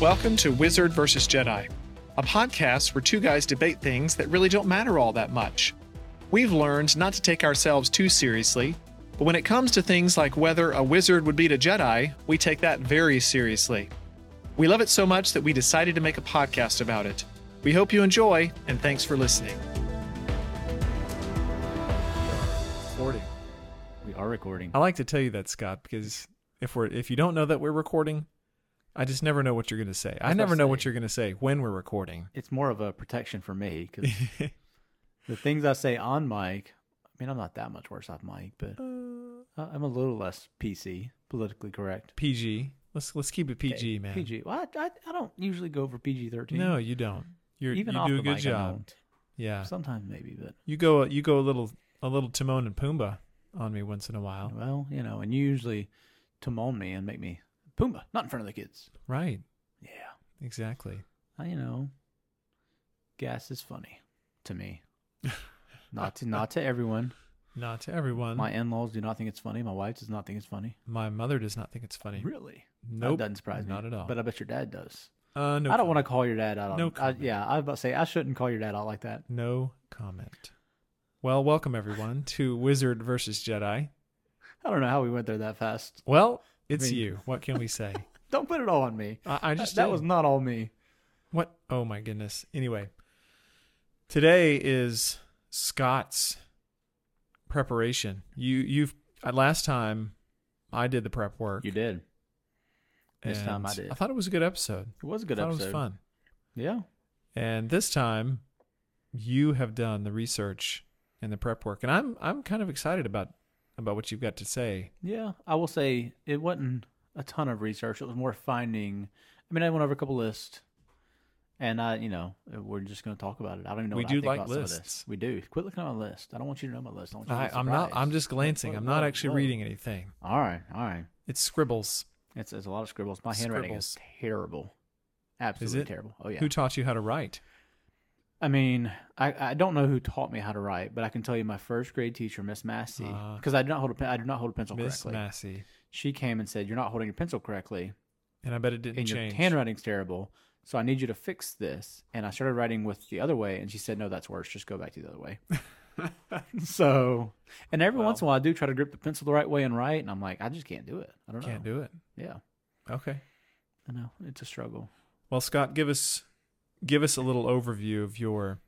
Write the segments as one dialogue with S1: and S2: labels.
S1: Welcome to Wizard vs. Jedi, a podcast where two guys debate things that really don't matter all that much. We've learned not to take ourselves too seriously, but when it comes to things like whether a wizard would beat a Jedi, we take that very seriously. We love it so much that we decided to make a podcast about it. We hope you enjoy, and thanks for listening. Recording.
S2: We are recording.
S1: I like to tell you that, Scott, because if we're if you don't know that we're recording, I just never know what you're going to say. I
S2: That's what
S1: never
S2: I'm
S1: know what
S2: saying.
S1: you're going to say when we're recording.
S2: It's more of a protection for me because the things I say on mic, I mean, I'm not that much worse off mic, but
S1: Uh.
S2: I- I'm a little less PC, politically correct.
S1: PG. Let's let's keep it PG, man.
S2: PG. Well, I, I, I don't usually go for PG 13.
S1: No, you don't. You're,
S2: even
S1: you
S2: off
S1: do a
S2: the
S1: good
S2: mic, I
S1: job.
S2: don't.
S1: Yeah,
S2: Sometimes maybe, but
S1: you go you go a little a little Timon and Pumbaa on me once in a while.
S2: well, you know, and you usually timon me and make me Pumbaa, not in front of the kids.
S1: Right.
S2: Yeah,
S1: Exactly.
S2: I, you know, gas is funny to me. not to not to everyone.
S1: Not to everyone.
S2: My
S1: My,
S2: in-laws do not think it's funny. My wife does not think it's funny.
S1: mother does not think it's funny.
S2: Really?
S1: Nope.
S2: That doesn't surprise
S1: Not
S2: me.
S1: at all.
S2: But I bet your dad does.
S1: uh, no
S2: I don't want to call your dad out on
S1: No
S2: I,
S1: comment.
S2: yeah, I was about to say I shouldn't call your dad out like that.
S1: No comment. Well, welcome everyone to Wizard versus Jedi.
S2: I don't know how we went there that fast.
S1: Well, it's
S2: mean-
S1: you. What can we say?
S2: Don't put it all on me.
S1: I, I just
S2: that
S1: did.
S2: was not all me.
S1: What? Oh my goodness. Anyway, today is Scott's preparation. You you've uh, last time I did the prep work.
S2: You did. This
S1: and
S2: time I did.
S1: I thought it was a good episode.
S2: It was a good
S1: I thought
S2: episode.
S1: it was fun.
S2: Yeah.
S1: And this time you have done the research and the prep work. And I'm I'm kind of excited about about what you've got to say.
S2: Yeah. I will say it wasn't a ton of research. It was more finding I mean, I went over a couple lists. And I, you know, uh, we're just going to talk about it. I don't even know.
S1: We
S2: what
S1: do
S2: I think
S1: like
S2: about some of this.
S1: lists.
S2: We do. Quit looking at my list. I don't want you to know my list. I want you to
S1: I,
S2: be
S1: I'm not
S2: surprised.
S1: I'm just glancing.
S2: Whoa,
S1: I'm not
S2: whoa,
S1: actually
S2: whoa.
S1: reading anything.
S2: All right, all right.
S1: It's scribbles.
S2: It's, it's a lot of scribbles. My handwriting is terrible. Absolutely
S1: it?
S2: terrible. Oh yeah.
S1: Who taught you how to write?
S2: I mean, I, I don't know who taught me how to write, but I can tell you my first grade teacher, Miss Massey,
S1: Ah.
S2: because I do not hold a pen, I do not hold a pencil
S1: Miss
S2: correctly.
S1: Massey.
S2: she came and said, "You're not holding your pencil correctly,
S1: And I bet it didn't
S2: and
S1: change.
S2: your handwriting's terrible. So I need you to fix this." And I started writing with the other way, and she said, "No, that's worse. Just go back to the other way." so, and every once in a while, I do try to grip the pencil the right way and write, and I'm like, I just can't do it. I don't know.
S1: Can't do it.
S2: Yeah,
S1: Okay.
S2: I know it's a struggle.
S1: Well, Scott, give us give us a little overview of your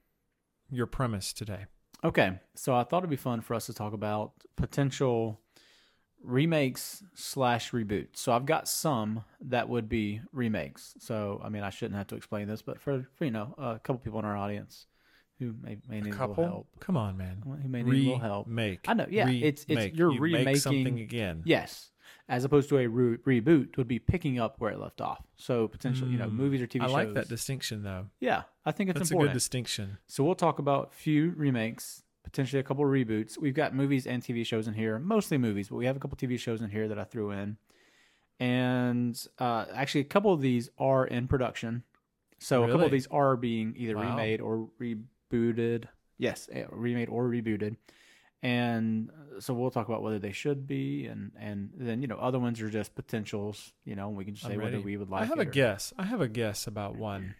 S1: your premise today.
S2: Okay, so I thought it'd be fun for us to talk about potential remakes slash reboots. So I've got some that would be remakes. So I mean, I shouldn't have to explain this, but for, for you know, a couple people in our audience who may, may need a little help,
S1: Come on, man.
S2: who may need a little help.
S1: Make.
S2: I know, yeah, it's- it's- you're
S1: you
S2: remaking-
S1: Make something again.
S2: Yes, as opposed to a re- reboot would be picking up where it left off. So potentially, you know,
S1: Mm,
S2: movies or TV
S1: I
S2: shows.
S1: like that distinction though.
S2: yeah, I think it's
S1: That's a
S2: important.
S1: good distinction.
S2: So we'll talk about a few remakes, potentially a couple reboots. We've got movies and TV shows in here, mostly movies, but we have a couple TV shows in here that I threw in. And uh, actually, a couple of these are in production. So a couple
S1: Really?
S2: of these are being either
S1: Wow.
S2: remade or rebooted. Yes, eh, remade or rebooted. And uh, so we'll talk about whether they should be, and and then you know other ones are just potentials. You know, and we can just
S1: I'm
S2: say whether
S1: ready.
S2: we would like.
S1: I have
S2: it
S1: a
S2: or-
S1: guess. I have a guess about one.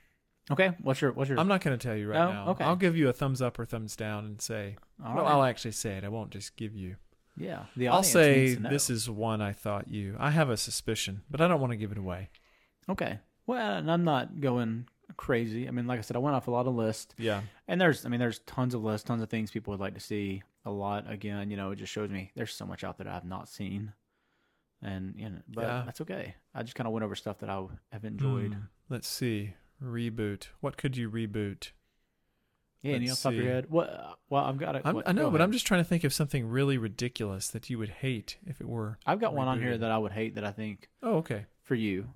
S2: Okay, what's your what's your?
S1: I'm not going to tell you right
S2: Oh,
S1: now.
S2: okay.
S1: I'll give you a thumbs up or thumbs down and say.
S2: All
S1: well,
S2: right.
S1: I'll actually say it. I won't just give you.
S2: yeah, the
S1: I'll
S2: audience
S1: say
S2: needs to know.
S1: this is one I thought you. I have a suspicion, but I don't want to give it away.
S2: Okay. Well, and I'm not going crazy. I mean, like I said, I went off a lot of lists,
S1: Yeah.
S2: and there's, I mean, there's tons of lists, tons of things people would like to see. A lot. Again, you know, it just shows me there's so much out there that I've not seen, and you know, but
S1: Yeah.
S2: that's okay. I just kind of went over stuff that I have enjoyed.
S1: Hmm, Let's see. Reboot. What could you reboot?
S2: Yeah, any off
S1: Let's
S2: the top of
S1: see.
S2: your head? What? Well, I've got it.
S1: I'm,
S2: what-
S1: I know,
S2: go
S1: but I'm
S2: ahead.
S1: just trying to think of something really ridiculous that you would hate if it were.
S2: I've got one on here
S1: rebooted.
S2: that I would hate that I think
S1: Oh, okay.
S2: for you.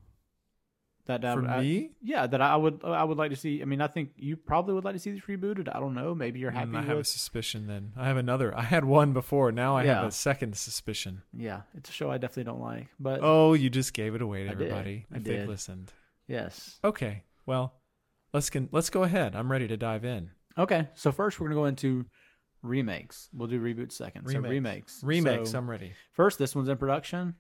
S2: That I
S1: For
S2: would- uh, I-
S1: me?
S2: yeah, that I would I would like to see. I mean, I think you probably would like to see this rebooted. I don't know. Maybe you're happy.
S1: Mm, I have a
S2: with-
S1: suspicion. Then I have another. I had one before. Now I have
S2: Yeah.
S1: a second suspicion.
S2: yeah, it's a show I definitely don't like. But
S1: Oh, you just gave it away to
S2: I did.
S1: everybody
S2: I
S1: if they've
S2: did.
S1: listened.
S2: Yes.
S1: Okay. Well, let's can let's go ahead. I'm ready to dive in.
S2: Okay. So first, we're gonna go into remakes. We'll do reboots second. So remakes.
S1: Remakes.
S2: So
S1: I'm ready.
S2: first, this one's in production.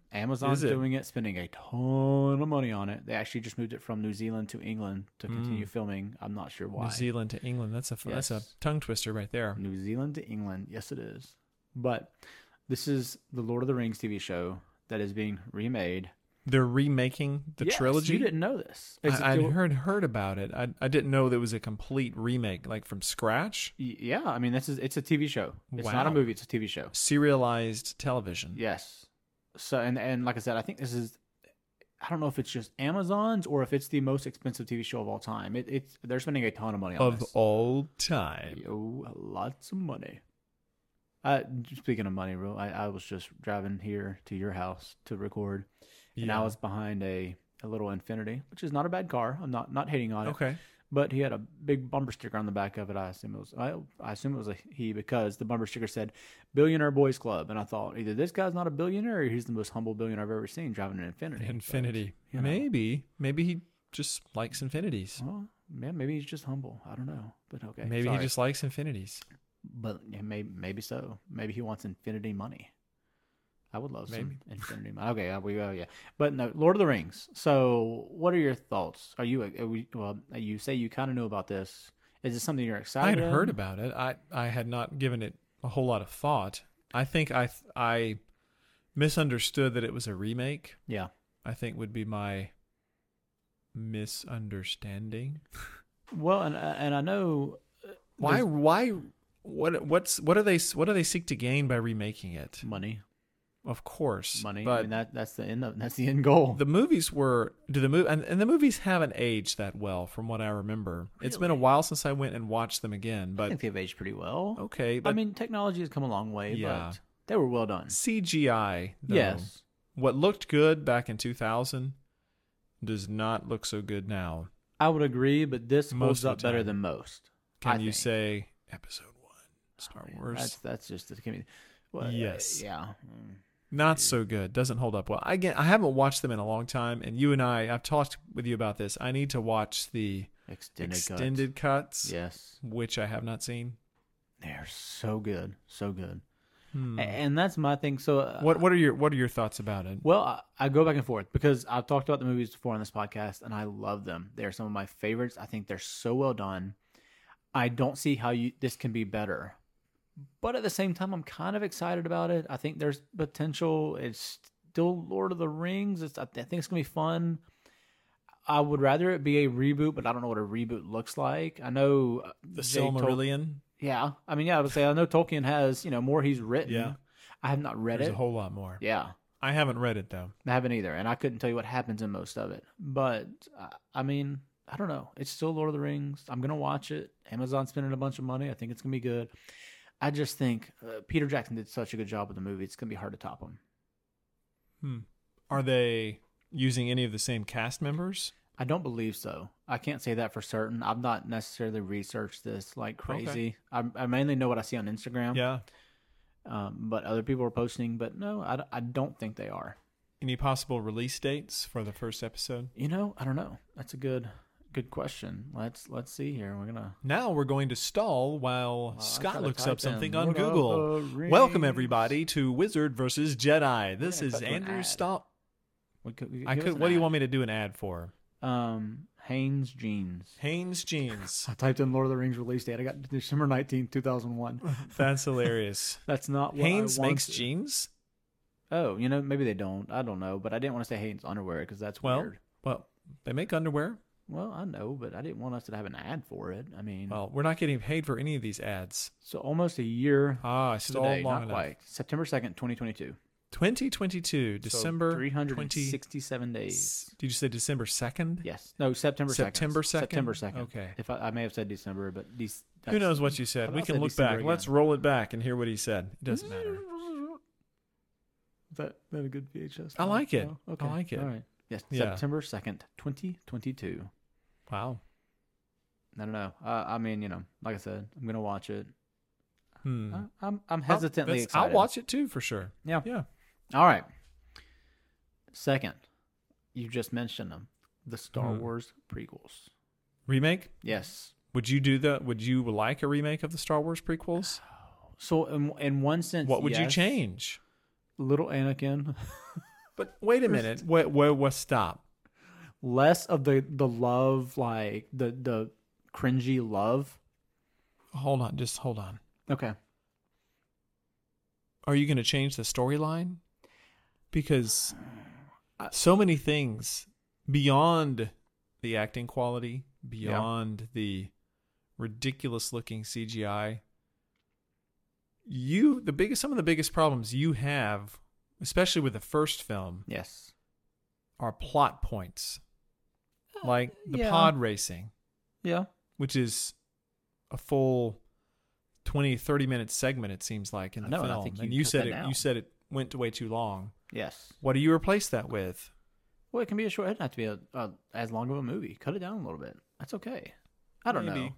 S1: Is
S2: Amazon's
S1: it?
S2: doing it, spending a ton of money on it. They actually just moved it from New Zealand to England to continue filming. I'm not sure why.
S1: Hmm. New Zealand to England. That's a that's
S2: Yes.
S1: a tongue twister right there.
S2: New Zealand to England. Yes, it is. But this is the Lord of the Rings TV show that is being remade.
S1: They're remaking the
S2: Yes,
S1: trilogy.
S2: You didn't know this. It's a
S1: I, I'd
S2: dual-
S1: heard heard about it. I I didn't know that it was a complete remake, like from scratch,
S2: Y- Yeah, I mean, this is it's a TV show. It's not a
S1: Wow.
S2: movie. It's a TV show.
S1: serialized television.
S2: Yes. So and and like I said, I think this is. I don't know if it's just Amazon's or if it's the most expensive TV show of all time. It, it's they're spending a ton of money on
S1: of
S2: this.
S1: all time.
S2: Yo, lots of money. Uh, speaking of money, real, I, I was just driving here to your house to record, and I
S1: Yeah.
S2: was behind a, a little Infinity, which is not a bad car. I'm not not hating on it,
S1: Okay.
S2: but he had a big bumper sticker on the back of it. I assume it was I, I assume it was a he because the bumper sticker said "Billionaire Boys Club," and I thought either this guy's not a billionaire or he's the most humble billionaire I've ever seen driving an Infinity. So,
S1: Infinity.
S2: you know.
S1: Maybe. Maybe he just likes infinities.
S2: well, yeah, maybe he's just humble. I don't know, but okay.
S1: Maybe
S2: sorry.
S1: he just likes infinities.
S2: But yeah, maybe maybe so. Maybe he wants infinity money. I would love
S1: Maybe.
S2: some infinity money. Okay, yeah, we go yeah. But no, Lord of the Rings. So, what are your thoughts? Are you are we, well? uh, You say you kind of knew about this. Is it something you're excited?
S1: I had heard
S2: of?
S1: about it. I, I had not given it a whole lot of thought. I think I th- I misunderstood that it was a remake.
S2: Yeah,
S1: I think would be my misunderstanding.
S2: well, and and I know uh,
S1: Why
S2: there's
S1: why what what's what are they what do they seek to gain by remaking it?
S2: money,
S1: Of course,
S2: money.
S1: But
S2: I mean, that that's the end. Of, that's the end goal.
S1: the movies were do the movie and, and the movies haven't aged that well from what I remember. It's been a while since I went and watched them again,
S2: I
S1: but
S2: think they've aged pretty well.
S1: okay,
S2: I
S1: but
S2: mean, technology has come a long way,
S1: Yeah.
S2: but they were well done.
S1: CGI though,
S2: Yes,
S1: what looked good back in 2000 does not look so good now.
S2: I would agree, but this
S1: Most
S2: holds
S1: of the
S2: up better
S1: time.
S2: than most.
S1: Can
S2: I
S1: you
S2: think. Oh,
S1: say episode 1 Star Wars?
S2: That's that's just the community. Well, uh,
S1: Yes.
S2: Yeah. Mm.
S1: Not so good. Doesn't hold up well. I get, I haven't watched them in a long time and you and I I've talked with you about this. I need to watch the
S2: Extended. cuts.
S1: extended cuts
S2: Yes.
S1: which I have not seen.
S2: They're so good, so good.
S1: Hmm.
S2: A- And that's my thing. So uh,
S1: What what are your what are your thoughts about it?
S2: Well, I, I go back and forth because I've talked about the movies before on this podcast, and I love them. They are some of my favorites. I think they're so well done. I don't see how you this can be better, but at the same time, I'm kind of excited about it. I think there's potential. It's still Lord of the Rings. It's, I th- I think it's gonna be fun. I would rather it be a reboot, but I don't know what a reboot looks like. I know uh,
S1: The
S2: Jay Tol-
S1: Silmarillion.
S2: yeah, I mean, yeah, I would say I know Tolkien has you know more he's written.
S1: Yeah.
S2: I have not read
S1: There's
S2: it.
S1: a whole lot more.
S2: yeah,
S1: I haven't read it though.
S2: I haven't either, and I couldn't tell you what happens in most of it. But uh, I mean, I don't know. It's still Lord of the Rings. I'm gonna watch it. Amazon's spending a bunch of money. I think it's gonna be good. I just think uh, Peter Jackson did such a good job with the movie. It's gonna be hard to top him.
S1: Hmm. Are they using any of the same cast members?
S2: I don't believe so. I can't say that for certain. I've not necessarily researched this like
S1: Okay.
S2: crazy. I, I mainly know what I see on Instagram.
S1: Yeah.
S2: Um, but other people are posting, but no, I, d- I don't think they are.
S1: Any possible release dates for the first episode?
S2: You know, I don't know. That's a good good question. Let's let's see here. We're gonna
S1: Now we're going to stall while
S2: Well, I
S1: Scott
S2: gotta
S1: looks
S2: type
S1: up something
S2: in
S1: on
S2: Lord of
S1: Google.
S2: the
S1: Welcome
S2: Rings.
S1: everybody to Wizard versus Jedi. This
S2: Yeah,
S1: is
S2: cut to an
S1: Andrew
S2: ad.
S1: Stall.
S2: We could, we
S1: I
S2: give us
S1: could.
S2: an
S1: What do you
S2: ad.
S1: want me to do an ad for?
S2: Um, Haynes jeans.
S1: Haynes Jeans.
S2: I typed in Lord of the Rings release date. I got December nineteenth, two 2001.
S1: That's hilarious.
S2: That's not what
S1: Haynes
S2: I wanted.
S1: makes jeans.
S2: Oh, you know, maybe they don't. I don't know, but I didn't want to say Haynes underwear because that's
S1: Well,
S2: weird.
S1: well, they make underwear.
S2: Well, I know, but I didn't want us to have an ad for it. I mean,
S1: Well, we're not getting paid for any of these ads.
S2: so almost a year
S1: Ah, I
S2: to
S1: stalled
S2: the day,
S1: long
S2: not
S1: enough.
S2: quite. September second, twenty twenty-two.
S1: 2022, December
S2: three hundred and
S1: 20.
S2: sixty-seven days.
S1: Did you say December 2nd?
S2: Yes. No, September 2nd.
S1: September 2nd?
S2: September 2nd.
S1: Okay.
S2: If I, I may have said December, but these.
S1: Who knows what you said?
S2: How
S1: We
S2: about
S1: can
S2: that
S1: look
S2: December
S1: back.
S2: again?
S1: Let's roll it back and hear what he said. It
S2: Mm.
S1: doesn't matter.
S2: Is that, that a good VHS?
S1: I like it.
S2: No?
S1: I like it.
S2: Oh, All right. Yes.
S1: Yeah.
S2: September 2nd, 2022.
S1: Wow.
S2: I don't know. Uh, I mean, you know, like I said, I'm going to watch it.
S1: Hmm.
S2: I, I'm, I'm Uh, hesitantly
S1: That's-
S2: excited. Oh.
S1: I'll watch it too for sure.
S2: Yeah.
S1: Yeah.
S2: All right. Second, you just mentioned them the Star
S1: Mhm.
S2: Wars prequels.
S1: Remake?
S2: Yes.
S1: Would you do the? Would you like a remake of the Star Wars prequels?
S2: So in in one sense,
S1: What would you
S2: yes.
S1: change?
S2: Little Anakin,
S3: But wait a minute. Where, where, where, stop.
S2: less of the the love, like the the cringy love.
S1: Hold on, just hold on.
S2: Okay.
S1: Are you going to change the storyline? Because so many things beyond the acting quality, beyond the ridiculous looking CGI. You the biggest some of the biggest problems you have, especially with the first film,
S2: Yes.
S1: are plot points. Like the
S2: Uh, yeah.
S1: pod racing,
S2: Yeah.
S1: which is a full 20 30 minute segment it seems like in
S2: I
S1: the
S2: know, and I
S1: film.
S2: think you
S1: and you
S2: cut
S1: said
S2: that
S1: it you
S2: out.
S1: said it went way too long.
S2: Yes.
S1: What do you replace that with?
S2: Well, it can be a short. It doesn't have to be a, a as long of a movie. Cut it down a little bit. That's okay. I don't
S1: Maybe.
S2: know.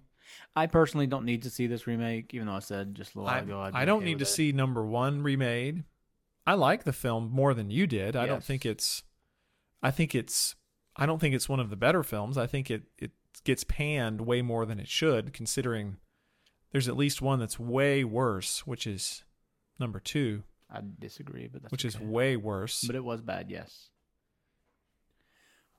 S2: I personally don't need to see this remake, even though I said just a little
S1: I,
S2: while ago. I'd be
S1: I don't
S2: okay
S1: need to
S2: with it.
S1: see number one remade. I like the film more than you did. I don't
S2: Yes.
S1: think it's. I think it's. I don't think it's one of the better films. I think it it gets panned way more than it should, considering there's at least one that's way worse, which is number two,
S2: I disagree, but that's
S1: which is
S2: okay.
S1: way worse.
S2: But it was bad, yes.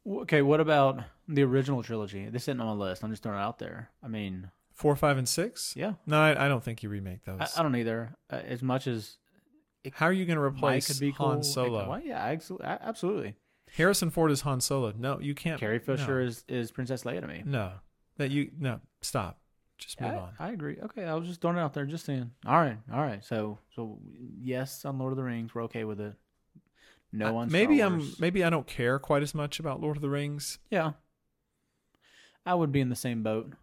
S2: W- Okay, what about the original trilogy? This isn't on my list. I'm just throwing it out there. I mean,
S1: Four, five, and six.
S2: yeah,
S1: No, I, I don't think you remake those.
S2: I, I don't either. Uh, as much as
S1: How are you going to
S2: Mike
S1: replace
S2: could be cool,
S1: Han
S2: it could-
S1: Solo?
S2: well, yeah, absol- a- absolutely.
S1: Harrison Ford is Han Solo. No, you can't.
S2: Carrie Fisher
S1: no.
S2: is, is Princess Leia to me.
S1: No, that you no stop. Just move
S2: I,
S1: on.
S2: I agree. Okay, I was just throwing it out there, just saying. All right, all right. So, so yes, on Lord of the Rings, we're okay with it. No
S1: I-
S2: one.
S1: maybe I'm maybe I don't care quite as much about Lord of the Rings.
S2: Yeah. I would be in the same boat.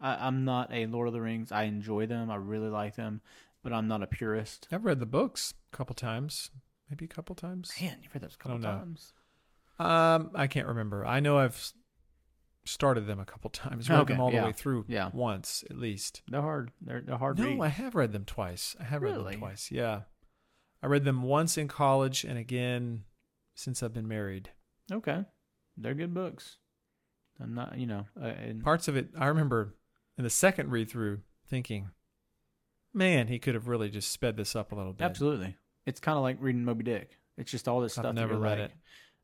S2: I, I'm not a Lord of the Rings. I enjoy them. I really like them, but I'm not a purist.
S1: I've read the books a couple times, maybe a couple times.
S2: Man, you've heard those a couple
S1: don't know.
S2: times.
S1: Um, I can't remember. I know I've s- started them a couple times, read
S2: Okay,
S1: them all
S2: yeah,
S1: the way through
S2: yeah.
S1: once at least.
S2: They're hard. They're they're hard.
S1: no,
S2: reads.
S1: I have read them twice. I have read
S2: Really?
S1: them twice. Yeah, I read them once in college and again since I've been married.
S2: Okay, they're good books. I'm not, you know, uh, and
S1: Parts of it I remember in the second read through thinking, man, he could have really just sped this up a little bit.
S2: absolutely. It's kind of like reading Moby Dick. It's just all this
S1: I've
S2: stuff. that
S1: never
S2: you're
S1: read
S2: like-
S1: it.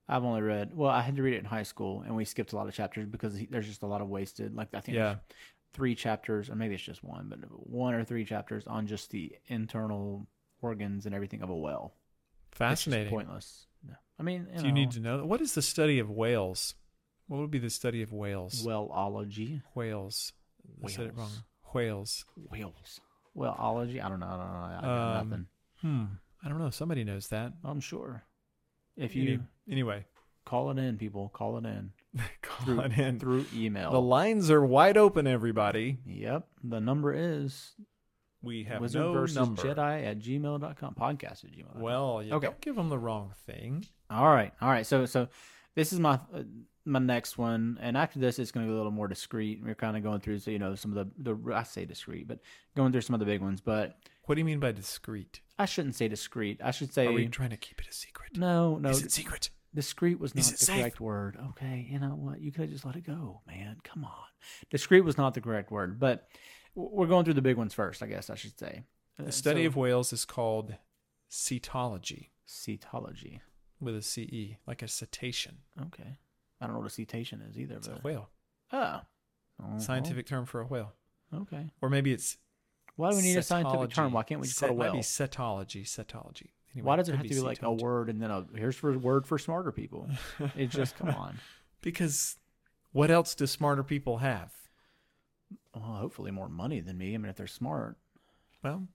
S2: I've only read. Well, I had to read it in high school, and we skipped a lot of chapters because he, there's just a lot of wasted. Like I think there's
S1: Yeah.
S2: three chapters, or maybe it's just one, but one or three chapters on just the internal organs and everything of a whale. It's just
S1: Fascinating.
S2: pointless. No. I mean, you,
S1: Do you need
S2: know,
S1: to know what is the study of whales? What would be the study of whales?
S2: whaleology,
S1: whales. I said it wrong.
S2: Whales.
S1: Whales.
S2: whales, whaleology. I don't know. I don't know. I got
S1: Um,
S2: nothing.
S1: Hmm. I don't know. Somebody knows that.
S2: I'm sure. If
S1: Any-
S2: you
S1: anyway,
S2: call it in, people call it in
S1: call
S2: through
S1: it in.
S2: through email.
S1: The lines are wide open, everybody.
S2: yep, the number is
S1: We have
S2: Wizard
S1: no
S2: versus
S1: number.
S2: Jedi at gmail.com. Podcast at gmail.
S1: Well, you
S2: Okay.
S1: don't give them the wrong thing.
S2: All right, all right. So, so this is my uh, my next one, and after this, it's going to be a little more discreet. We're kind of going through, so you know, some of the the I say discreet, but going through some of the big ones. But
S1: What do you mean by discreet?
S2: I shouldn't say discreet. I should say
S1: Are we trying to keep it a secret?
S2: no, no.
S1: Is it secret?
S2: discreet was not
S1: is
S2: the
S1: it safe?
S2: correct word. Okay, you know what? You could have just let it go, man. Come on. Discreet was not the correct word, but w- we're going through the big ones first. I guess I should say Uh,
S1: The study of whales is called cetology
S2: cetology.
S1: with a CE, like a cetacean.
S2: Okay, I don't know what a cetation is either,
S1: It's a
S2: but
S1: whale.
S2: oh, Uh-huh.
S1: Scientific term for a whale.
S2: Okay.
S1: Or maybe it's
S2: Why do we need a scientific term?
S1: Cetology.
S2: Why can't we just call it a
S1: Cet- might
S2: whale?
S1: be cetology, cetology. Anyway,
S2: Why does it
S1: could
S2: have to be like a
S1: cetology.
S2: word and then a here's for word for smarter people? It's just come on.
S1: Because what else do smarter people have?
S2: Well, hopefully more money than me. I mean, if they're smart,
S1: Well,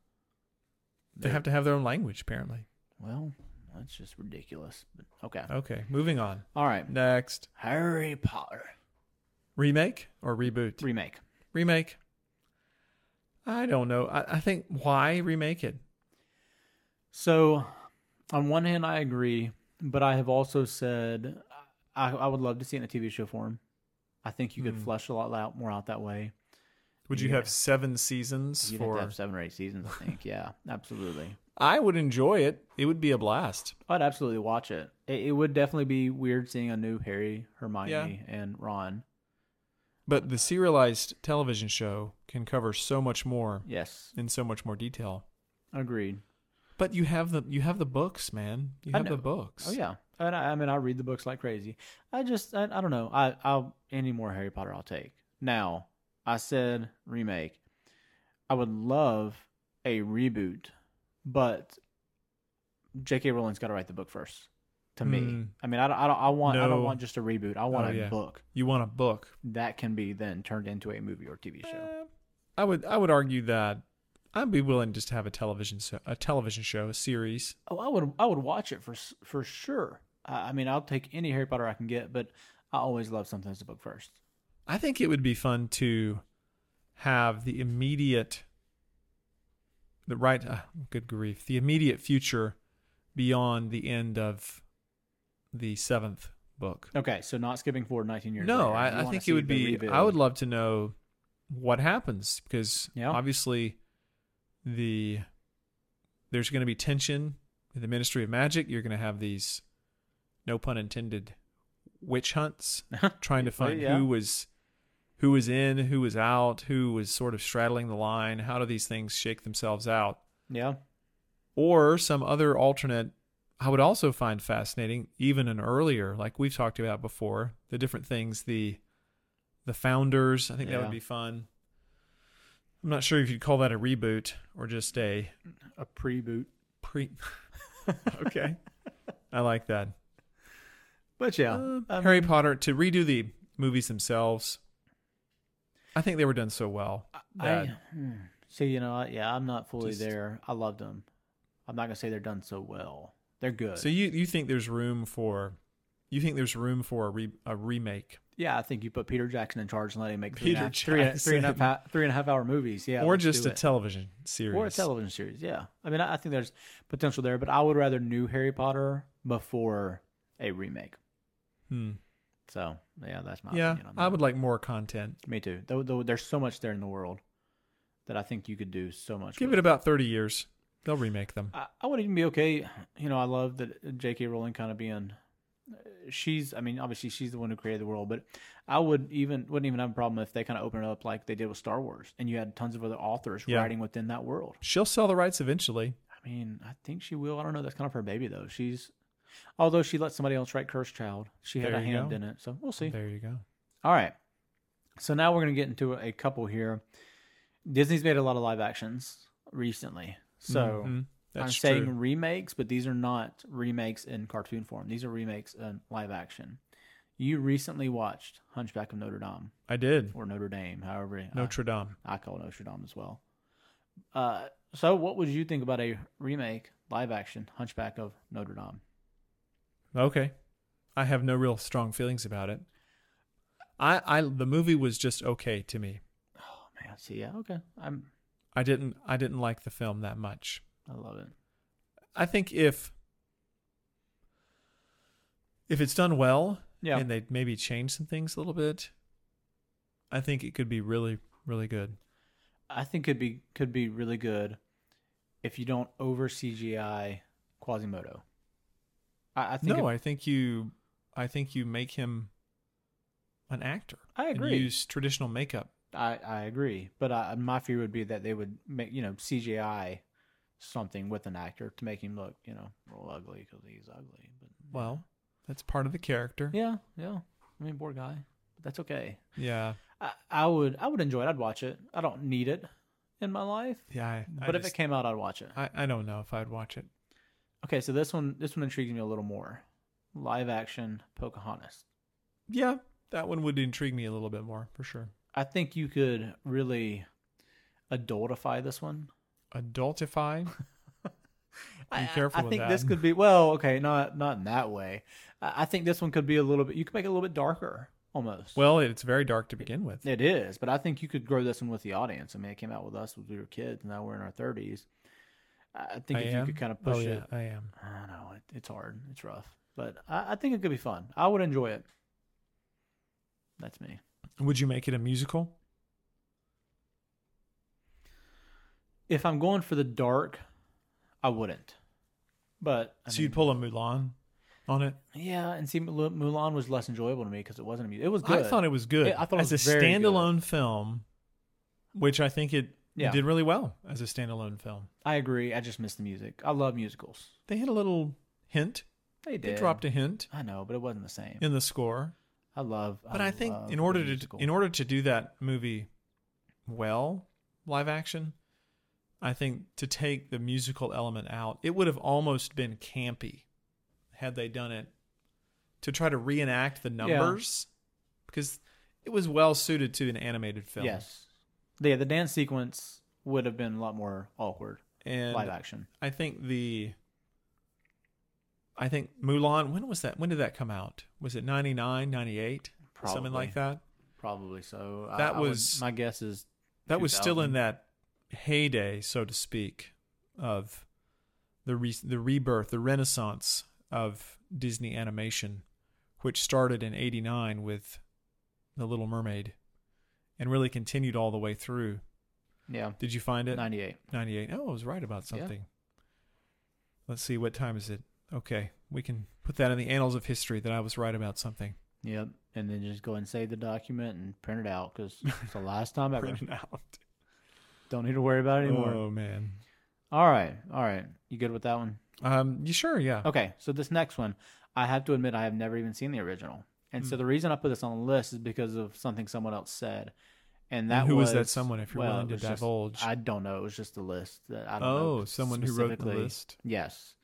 S1: they have to have their own language, apparently.
S2: well, that's just ridiculous. But okay,
S1: Okay, moving on.
S2: all right.
S1: Next,
S2: Harry Potter
S1: remake or reboot?
S2: remake.
S1: remake. I don't know. I, I think why remake it?
S2: So, on one hand, I agree, but I have also said I, I would love to see it in a TV show form. I think you could
S1: Hmm.
S2: flesh a lot out more out that way.
S1: Would you have seven seasons
S2: You'd have
S1: for?
S2: to have seven or eight seasons, I think. yeah, absolutely.
S1: I would enjoy it. It would be a blast.
S2: I'd absolutely watch it. it. It would definitely be weird seeing a new Harry, Hermione,
S1: Yeah.
S2: and Ron.
S1: But the serialized television show can cover so much more
S2: Yes,
S1: in so much more detail.
S2: agreed.
S1: But you have the you have the books, man. You
S2: I
S1: have the
S2: know.
S1: books.
S2: Oh yeah, and I, I mean I read the books like crazy. I just I, I don't know. I I'll any more Harry Potter I'll take. Now I said remake. I would love a reboot, but J.K. Rowling's got to write the book first. To me,
S1: Mm.
S2: I mean I don't I, don't, I want I don't
S1: No.
S2: want just a reboot. I want
S1: Oh,
S2: a
S1: yeah.
S2: book
S1: You want a book?
S2: that can be then turned into a movie or TV show.
S1: Eh, I would I would argue that I'd be willing just to have a television so, a television show a series.
S2: Oh, I would I would watch it for s- for sure. I, I mean I'll take any Harry Potter I can get, but I always love something that's a book first.
S1: I think it would be fun to have the immediate the right uh, good grief the immediate future beyond the end of the seventh book.
S2: Okay, so not skipping forward 19 years.
S1: No,
S2: later. You
S1: I, I
S2: wanna
S1: think
S2: see
S1: it would
S2: the
S1: be.
S2: rebuild.
S1: I would love to know what happens because
S2: Yeah.
S1: obviously the there's going to be tension in the Ministry of Magic. You're going to have these, no pun intended, witch hunts trying to find
S2: yeah.
S1: who was who was in, who was out, who was sort of straddling the line. How do these things shake themselves out?
S2: Yeah,
S1: or some other alternate I would also find fascinating even an earlier like we've talked about before the different things the the founders I think that
S2: Yeah.
S1: would be fun I'm not sure if you'd call that a reboot or just a
S2: a pre-boot.
S1: pre okay I like that
S2: But yeah,
S1: Uh,
S2: I mean,
S1: Harry Potter to redo the movies themselves I think they were done so well
S2: I,
S1: that-
S2: hmm. see, you know, I- yeah, I'm not fully
S1: Just-
S2: there. I loved them. I'm not gonna say they're done so well. They're good.
S1: so you you think there's room for you think there's room for a, re, a remake
S2: yeah, I think you put Peter Jackson in charge and let him make three and a half-
S1: Peter
S2: three and a- three and a half
S1: Jackson.
S2: hou- three and a half hour movies. Yeah,
S1: or
S2: let's
S1: just
S2: do
S1: a
S2: it.
S1: television series
S2: or a television series. Yeah, I mean, I, I think there's potential there, but I would rather new Harry Potter before a remake.
S1: hmm.
S2: So yeah, that's my
S1: yeah,
S2: opinion on that.
S1: I would like more content.
S2: Me too. Though, though there's so much there in the world that I think you could do so much.
S1: Give
S2: with.
S1: it about 30 years. They'll remake them.
S2: I, I would even be okay. You know, I love that J.K. Rowling kind of being. She's, I mean, obviously she's the one who created the world, but I would even wouldn't even have a problem if they kind of open it up like they did with Star Wars, and you had tons of other authors
S1: Yeah.
S2: writing within that world.
S1: She'll sell the rights eventually.
S2: I mean, I think she will. I don't know. That's kind of her baby though. She's, although she let somebody else write Cursed Child, she had
S1: There
S2: a
S1: you
S2: hand
S1: go.
S2: in it. So we'll see.
S1: There you go.
S2: All right. So now we're going to get into a couple here. Disney's made a lot of live actions recently. So
S1: Mhm.
S2: I'm
S1: that's
S2: saying
S1: true.
S2: remakes, but these are not remakes in cartoon form. These are remakes in live action. You recently watched Hunchback of Notre Dame
S1: I did.
S2: or Notre Dame, however I-
S1: Notre Dame.
S2: I, call it Notre Dame as well. Uh, so what would you think about a remake live action Hunchback of Notre Dame?
S1: Okay. I have no real strong feelings about it. I, I the movie was just okay to me.
S2: Oh man, see, yeah, okay, I'm,
S1: I didn't I didn't like the film that much.
S2: I love it.
S1: I think if if it's done well
S2: Yeah,
S1: and they maybe change some things a little bit, I think it could be really really good.
S2: I think could be could be really good if you don't over CGI Quasimodo. I, I think
S1: no,
S2: if-
S1: I think you, I think you make him an actor.
S2: I
S1: and
S2: agree.
S1: use traditional makeup.
S2: I, I agree, but I, my fear would be that they would make you know CGI something with an actor to make him look you know real ugly because he's ugly. But
S1: Well, that's part of the character.
S2: yeah, yeah, I mean poor guy, but that's okay.
S1: Yeah,
S2: I, I would I would enjoy it. I'd watch it. I don't need it in my life,
S1: yeah. I, I
S2: but if
S1: just-
S2: it came out, I'd watch it.
S1: I, I don't know if I'd watch it.
S2: Okay, so this one this one intrigues me a little more. Live action Pocahontas.
S1: Yeah, that one would intrigue me a little bit more for sure.
S2: I think you could really adultify this one.
S1: Adultify.
S2: I- I-
S1: careful
S2: I,
S1: with
S2: think
S1: that.
S2: this could be well, okay, not not in that way. I, I think this one could be a little bit. You could make it a little bit darker, almost.
S1: well, it's very dark to begin with.
S2: it is, but I think you could grow this one with the audience. I mean, it came out with us when we were kids. Now we're in our thirties. I I think
S1: I
S2: if you
S1: am?
S2: could kind of
S1: Oh
S2: push
S1: yeah,
S2: it,
S1: I am.
S2: I don't know. It, it's hard. It's rough, but I, I think it could be fun. I would enjoy it. That's me.
S1: Would you make it a musical?
S2: If I'm going for the dark, I wouldn't. But I
S1: so you'd
S2: mean-
S1: pull a Mulan. on it?
S2: Yeah, and see, Mul- Mulan was less enjoyable to me because it wasn't a music. It was
S1: I
S2: good.
S1: thought it was good.
S2: Yeah, I thought it
S1: as
S2: was
S1: a
S2: very good.
S1: standalone film, which I think it
S2: Yeah.
S1: did really well as a standalone film.
S2: I agree. I just missed the music. I love musicals.
S1: They had a little hint.
S2: They
S1: They
S2: did.
S1: dropped a hint
S2: I know, but it wasn't the same.
S1: in the score.
S2: I love.
S1: But I, think
S2: love
S1: in
S2: the
S1: order to
S2: musical.
S1: in order to do that movie well, live action, I think to take the musical element out, it would have almost been campy had they done it to try to reenact the numbers because it was well suited to an animated film.
S2: yes, yeah, the dance sequence would have been a lot more awkward.
S1: And
S2: live action.
S1: I think the I think Mulan, when was that? When did that come out? Was it 99, 98? Something like that.
S2: Probably so. I-
S1: That
S2: I would-
S1: was-
S2: my guess is
S1: that was still
S2: 2000.
S1: in that heyday, so to speak, of the re- the rebirth, the renaissance of Disney animation, which started in '89 with The Little Mermaid, and really continued all the way through.
S2: yeah
S1: Did you find it?
S2: ninety eight.
S1: 98. Oh, I was right about
S2: Yeah.
S1: something. Let's see what time is it. Okay, we can put that in the annals of history that I was right about something.
S2: Yep, and then just go and save the document and print it out because it's the last time ever.
S1: Print it out.
S2: Don't need to worry about it anymore.
S1: Oh man.
S2: All right, all right. You good with that one?
S1: Um, you sure? Yeah.
S2: Okay, so this next one, I have to admit, I have never even seen the original. And
S1: Hmm.
S2: so the reason I put this on the list is because of something someone else said. And that
S1: And who
S2: was,
S1: was that someone, if you're
S2: well,
S1: willing
S2: it
S1: to
S2: was just-
S1: divulge?
S2: I don't know. It was just the list that I don't know.
S1: Oh, someone who wrote the
S2: specifically.
S1: list.
S2: Yes.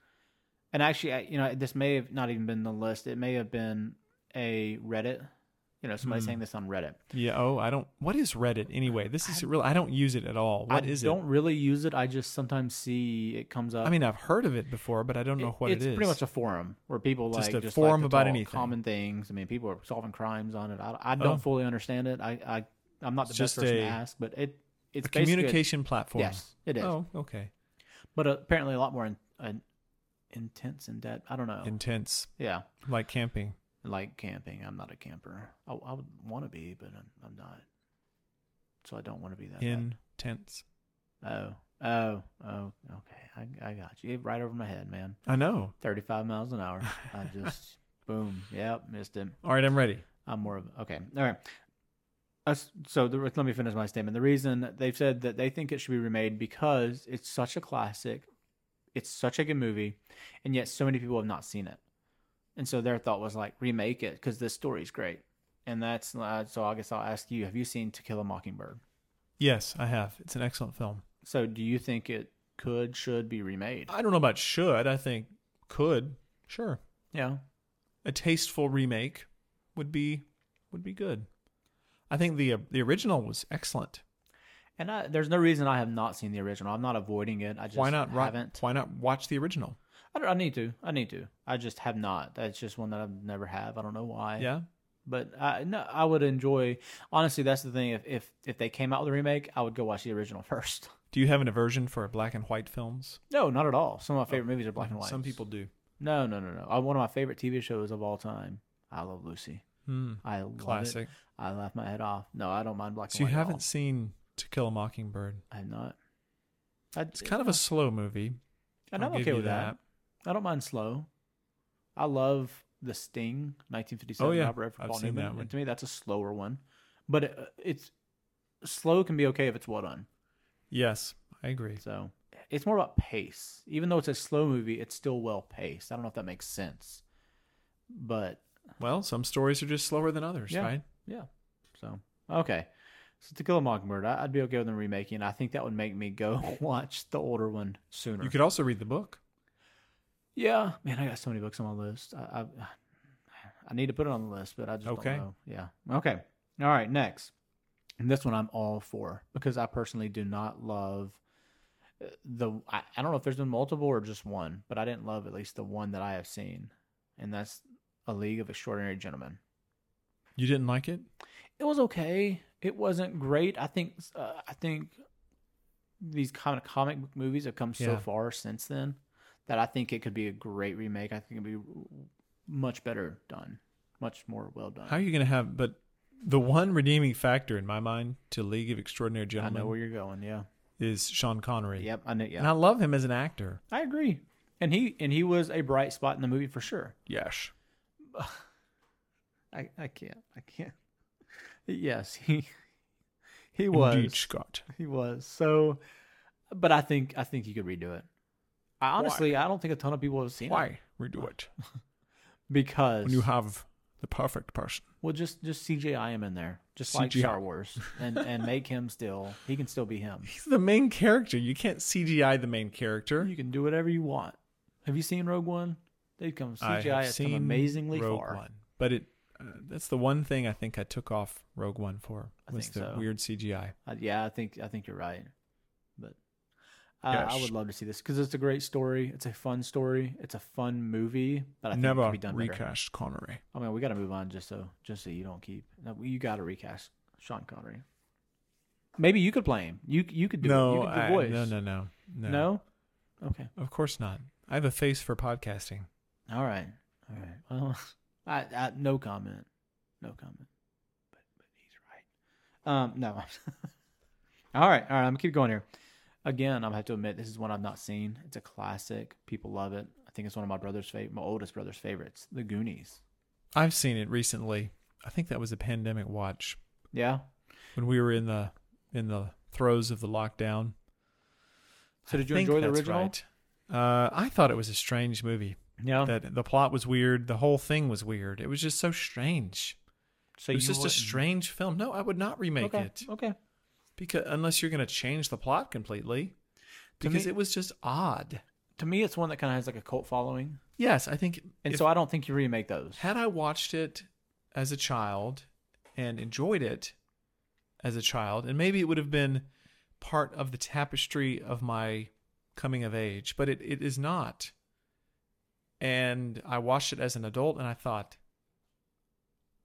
S2: And actually, I- you know, this may have not even been the list. It may have been a Reddit. You know, somebody
S1: Hmm.
S2: saying this on Reddit.
S1: Yeah. Oh, I don't. What is Reddit anyway? This is real. I don't use it at all. What
S2: I
S1: is
S2: don't
S1: it?
S2: really use it. I just sometimes see it comes up.
S1: I mean, I've heard of it before, but I don't know what
S2: it's
S1: it is.
S2: pretty much a forum where people
S1: Just
S2: like
S1: a
S2: just
S1: forum
S2: like to
S1: about
S2: talk
S1: anything.
S2: common things. I mean, people are solving crimes on it. I, I don't
S1: Oh.
S2: fully understand it. I, I I'm not the
S1: It's just
S2: best person to
S1: a-
S2: ask, but it it's
S1: a
S2: basically-
S1: communication platform.
S2: Yes, it is.
S1: Oh, okay.
S2: But apparently, a lot more in, an intense in depth. I don't know.
S1: Intense,
S2: yeah,
S1: like camping.
S2: like camping. I'm not a camper. I, I would want to be, but I'm, I'm not. So I don't want to be that. bad.
S1: Intense.
S2: Oh. Oh, oh, okay. I, I got you. Right over my head, man.
S1: I know.
S2: 35 miles an hour. I just, boom. Yep, missed him.
S1: All right, I'm ready.
S2: I'm more of okay. All right. Us- so the, let me finish my statement. The reason they've said that they think it should be remade because it's such a classic, it's such a good movie, and yet so many people have not seen it, and so their thought was like remake it because this story's great, and that's uh, so. I guess I'll ask you: Have you seen To Kill a Mockingbird?
S1: Yes, I have. It's an excellent film.
S2: So do you think it could should be remade?
S1: I don't know about should. I think could. Sure.
S2: Yeah.
S1: A tasteful remake would be would be good. I think the uh, the original was excellent.
S2: And I, there's no reason I have not seen the original. I'm not avoiding it. I just
S1: why not? ri-
S2: haven't.
S1: Why not watch the original?
S2: I, don't- I need to. I need to. I just have not. That's just one that I've never have. I don't know why.
S1: yeah.
S2: But I no, I would enjoy. Honestly, that's the thing. If if if they came out with a remake, I would go watch the original first.
S1: Do you have an aversion for black and white films?
S2: No, not at all. Some of my favorite movies are black and white.
S1: Some people do.
S2: No, no, no, no. Uh, One of my favorite TV shows of all time. I love Lucy.
S1: Hmm.
S2: I love Classic.
S1: Classic.
S2: I laugh my head off. No, I don't mind black
S1: So
S2: and
S1: you
S2: white. at all.
S1: haven't seen To Kill a Mockingbird?
S2: I have not. I,
S1: It's kind of a slow movie.
S2: And
S1: I'll
S2: I'm
S1: give
S2: okay
S1: you
S2: with that. I don't mind slow. I love the Sting, 1957.
S1: Oh, yeah.
S2: Robert Redford,
S1: I've
S2: Paul
S1: seen
S2: Newman.
S1: that one.
S2: And to me, that's a slower one, but it, it's slow can be okay if it's well done.
S1: Yes, I agree.
S2: So it's more about pace. Even though it's a slow movie, it's still well paced. I don't know if that makes sense, but
S1: Well, some stories are just slower than others,
S2: Yeah.
S1: right?
S2: yeah. So okay. So To Kill a Mockingbird, I- I'd be okay with them remaking. I think that would make me go watch the older one sooner.
S1: You could also read the book.
S2: Yeah, man, I got so many books on my list. I I, I need to put it on the list, but I just
S1: Okay.
S2: don't know. Yeah. Okay. All right. Next, and this one I'm all for because I personally do not love uh, the. I, I don't know if there's been multiple or just one, but I didn't love at least the one that I have seen, and that's A League of Extraordinary Gentlemen.
S1: You didn't like it?
S2: It was okay. It wasn't great. I think uh, I think these kind of comic book movies have come so
S1: Yeah.
S2: far since then that I think it could be a great remake. I think it'd be much better done, much more well done.
S1: How are you going to have? But the one redeeming factor in my mind to League of Extraordinary
S2: I
S1: Gentlemen
S2: know where you're going. Yeah.
S1: is Sean Connery.
S2: Yep. I know.
S1: And
S2: Yeah.
S1: I love him as an actor.
S2: I agree. and he and he was a bright spot in the movie for sure.
S4: Yes.
S2: I, I can't. I can't. Yes, he he was.
S4: Indeed, Scott.
S2: He was. So but I think I think you could redo it. I honestly I don't think a ton of people have seen it
S4: Why redo it
S2: because
S4: when you have the perfect person?
S2: well just just CGI him in there. Just like
S4: CGI.
S2: Star Wars and and make him still he can still be him.
S1: He's the main character. You can't CGI the main character.
S2: You can do whatever you want. Have you seen Rogue One? They've come
S1: I have
S2: CGI has come
S1: seen
S2: amazingly
S1: Rogue
S2: far.
S1: One, but it uh, that's the one thing I think I took off Rogue One for
S2: I
S1: was
S2: think
S1: the
S2: so.
S1: weird CGI.
S2: Uh, yeah, I think I think you're right, but I, I
S4: Yes.
S2: would love to see this because it's a great story. It's a fun story. It's a fun movie, but I think it
S4: Never
S2: can be done better.
S4: recast Connery.
S2: I mean, we got to move on just so just so you don't keep. No, you got to recast Sean Connery. Maybe you could play him. You you could do it. You
S1: No,
S2: could do
S1: I-
S2: voice.
S1: no, no, no, no,
S2: No? Okay.
S1: Of course not. I have a face for podcasting.
S2: All right. All right. Well, I, I no comment. No comment. But but he's right. Um. No. all right. All right. I'm gonna keep going here. Again, I'm gonna have to admit this is one I've not seen. It's a classic. People love it. I think it's one of my brother's favorite, my oldest brother's favorites, The Goonies.
S1: I've seen it recently. I think that was a pandemic watch
S2: Yeah.
S1: when we were in the in the throes of the lockdown.
S2: So did you
S1: I think
S2: enjoy the
S1: that's
S2: original?
S1: right. Uh, I thought it was a strange movie.
S2: Yeah.
S1: That the plot was weird. The whole thing was weird. It was just so strange.
S2: so
S1: it was
S2: you
S1: just a
S2: wouldn't-
S1: strange film. No, I would not remake
S2: okay.
S1: it
S2: Okay.
S1: because unless you're going to change the plot completely,
S2: To
S1: because
S2: me-
S1: it was just odd.
S2: To me, it's one that kind of has like a cult following,
S1: Yes, I think.
S2: and
S1: if-
S2: so I don't think you remake those.
S1: had I watched it as a child and enjoyed it as a child, and maybe it would have been part of the tapestry of my coming of age, but it, it is not. And I watched it as an adult and I thought,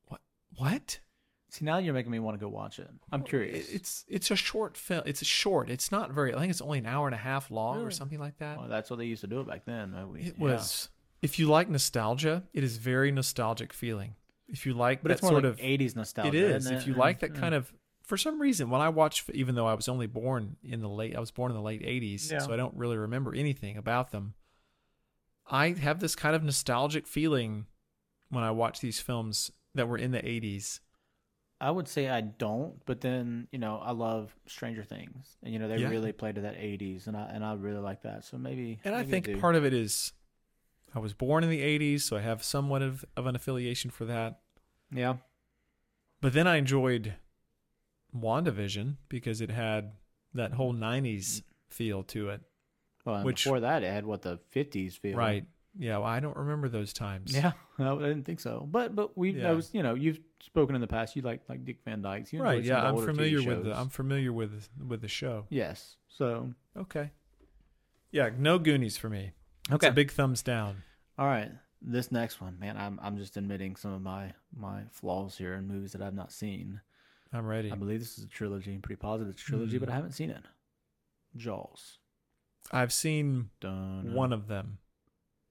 S1: what? What?
S2: See, now you're making me want to go watch it. I'm curious.
S1: It- It's it's a short film. It's a short. It's not very. I think it's only an hour and a half long or
S2: Really?
S1: something like that.
S2: Well, that's what they used to do it back then. right? We-
S1: It
S2: yeah.
S1: was. If you like nostalgia, it is very nostalgic feeling. If you like
S2: but
S1: that
S2: it's more
S1: sort
S2: like
S1: of
S2: 80s nostalgia.
S1: It is.
S2: isn't
S1: If you like that kind of, for some reason, when I watch, even though I was only born in the late, I was born in the late '80s,
S2: Yeah.
S1: so I don't really remember anything about them. I have this kind of nostalgic feeling when I watch these films that were in the '80s.
S2: I would say I don't, but then you know I love Stranger Things, and you know they
S1: Yeah.
S2: really play to that 80s, and I and I really like that. So maybe.
S1: And I
S2: maybe
S1: think
S2: do.
S1: part of it is I was born in the 80s, so I have somewhat of, of an affiliation for that.
S2: Yeah.
S1: But then I enjoyed WandaVision because it had that whole 90s feel to it.
S2: Well, and
S1: Which-
S2: before that, it had what the 50s feel.
S1: Right. Yeah, well, I don't remember those times.
S2: Yeah. No, I didn't think so, but but we
S1: Yeah.
S2: know you know you've spoken in the past. You like like Dick Van Dyke's. You enjoyed
S1: right.
S2: some
S1: Yeah,
S2: of the
S1: I'm
S2: older TV
S1: familiar with the
S2: shows.
S1: I'm familiar with with the show.
S2: Yes. So
S1: Okay. Yeah, no Goonies for me. It's a big thumbs down.
S2: All right, this next one, man, I'm I'm just admitting some of my my flaws here in movies that I've not seen.
S1: I'm ready.
S2: I believe this is a trilogy, pretty positive it's a trilogy,
S1: Mm-hmm.
S2: but I haven't seen it. Jaws.
S1: I've seen
S2: Dun,
S1: one of them.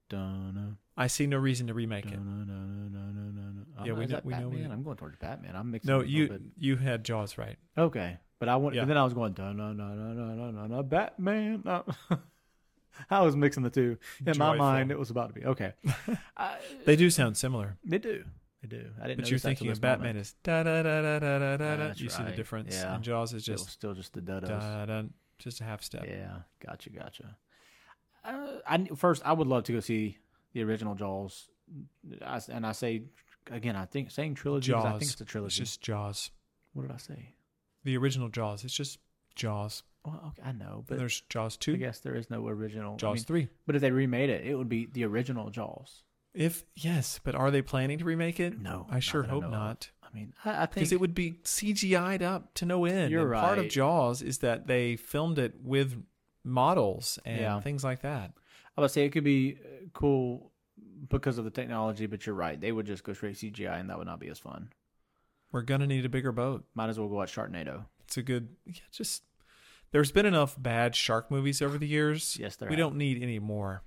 S2: dun,
S1: I see no reason to remake
S2: dun,
S1: it.
S2: dun, dun, dun, dun, dun, dun. Oh,
S1: Yeah, we
S2: is
S1: know-
S2: that
S1: we know we
S2: Batman?
S1: know.
S2: I'm going towards Batman. I'm mixing.
S1: No,
S2: it up a
S1: you
S2: bit.
S1: you had Jaws right.
S2: Okay, but I want.
S1: Yeah.
S2: But then I was going dun dun dun dun dun dun, dun, dun Batman. Uh, I was mixing the two in my
S1: Joyful.
S2: mind. It was about to be okay. I,
S1: They do sound similar,
S2: they do. They do. I didn't.
S1: but you're
S2: notice that till
S1: thinking
S2: this
S1: of Batman
S2: moment.
S1: is da da da da da da da. da.
S2: That's
S1: You see the
S2: right.
S1: difference.
S2: Yeah.
S1: And Jaws is
S2: It was
S1: just
S2: still just the dodos.
S1: da da, just a half step.
S2: Yeah, gotcha, gotcha. Uh, I first, I would love to go see the original Jaws, I, s- and I say again, I think saying trilogy. 'cause I
S1: Jaws.
S2: think it's a
S1: It's
S2: trilogy.
S1: just Jaws.
S2: what did I say?
S1: The original Jaws. It's just Jaws.
S2: Well, okay, I know,
S1: And
S2: but
S1: There's Jaws
S2: I
S1: two,
S2: guess there is no original I
S1: Jaws
S2: mean,
S1: three.
S2: But if they remade it, it would be the original Jaws.
S1: If yes, but are they planning to remake it?
S2: No,
S1: I sure
S2: not that I
S1: hope
S2: know of.
S1: not,
S2: I mean, I, I
S1: because
S2: think
S1: it would be CGI'd up to no end.
S2: You're
S1: and Part of
S2: right.
S1: Jaws is that they filmed it with models and
S2: Yeah.
S1: things like that.
S2: I would say it could be uh, cool because of the technology. But you're right; they would just go straight CGI, and that would not be as fun.
S1: We're gonna need a bigger boat.
S2: Might as well go watch Sharknado.
S1: It's a good. Yeah, just there's been enough bad shark movies over the years.
S2: Yes, there
S1: we
S2: have.
S1: don't need any more.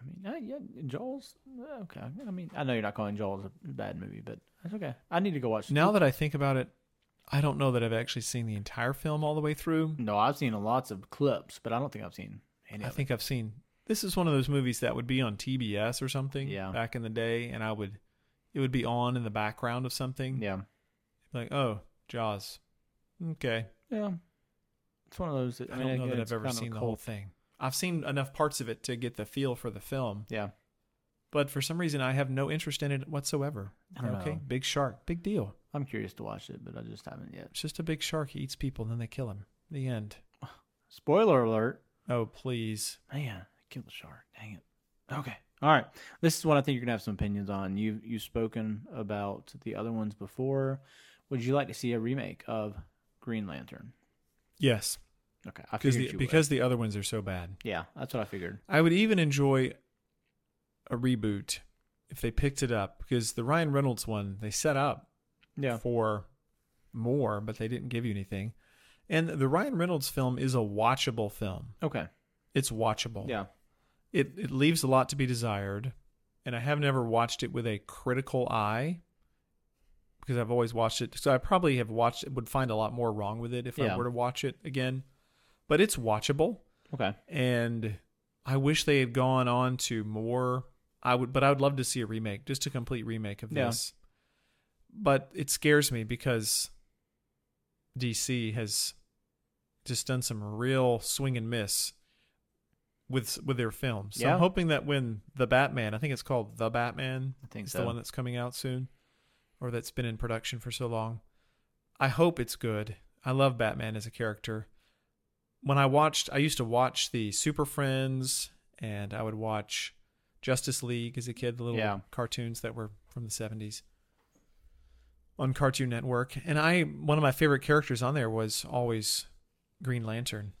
S2: I mean, uh, yeah, Jaws. uh, Okay, I mean, I know you're not calling Jaws a bad movie, but that's okay. I need to go watch.
S1: Now that I think about it, I don't know that I've actually seen the entire film all the way through.
S2: no, I've seen lots of clips, but I don't think I've seen any.
S1: I
S2: of
S1: think I've seen This is one of those movies that would be on TBS or something
S2: Yeah.
S1: back in the day, and I would, it would be on in the background of something.
S2: Yeah.
S1: Like, oh, Jaws. Okay.
S2: Yeah. It's one of those. That,
S1: I,
S2: I, mean,
S1: don't know
S2: again,
S1: that
S2: it's
S1: I've ever
S2: kind of
S1: seen the
S2: cult.
S1: whole thing. I've seen enough parts of it to get the feel for the film,
S2: Yeah.
S1: but for some reason, I have no interest in it whatsoever.
S2: I don't
S1: okay.
S2: know.
S1: Big shark. Big deal.
S2: I'm curious to watch it, but I just haven't yet.
S1: It's just a big shark. He eats people, and then they kill him. The end.
S2: Spoiler alert.
S1: Oh, please.
S2: Man, kill the shark. Dang it. Okay. All right. This is one I think you're gonna have some opinions on. You've you've spoken about the other ones before. Would you like to see a remake of Green Lantern?
S1: Yes.
S2: Okay. I
S1: Because
S2: figured
S1: the,
S2: you would.
S1: because the other ones are so bad.
S2: yeah, that's what I figured.
S1: I would even enjoy a reboot if they picked it up because the Ryan Reynolds one they set up
S2: Yeah.
S1: for more, but they didn't give you anything. And the Ryan Reynolds film is a watchable film.
S2: Okay.
S1: It's watchable.
S2: Yeah.
S1: It it leaves a lot to be desired, and I have never watched it with a critical eye because I've always watched it. So I probably have watched would find a lot more wrong with it if
S2: Yeah.
S1: I were to watch it again. But it's watchable
S2: Okay.
S1: and I wish they had gone on to more. I would, but I would love to see a remake, just a complete remake of
S2: Yeah.
S1: this. But it scares me because DC has just done some real swing and miss with with their films. So
S2: Yeah.
S1: I'm hoping that when the Batman, I think it's called the Batman,
S2: I think
S1: it's
S2: so.
S1: the one that's coming out soon, or that's been in production for so long. I hope it's good. I love Batman as a character. When I watched, I used to watch the Super Friends, and I would watch Justice League as a kid, the little
S2: Yeah.
S1: cartoons that were from the seventies on Cartoon Network. And I, one of my favorite characters on there was always Green Lantern.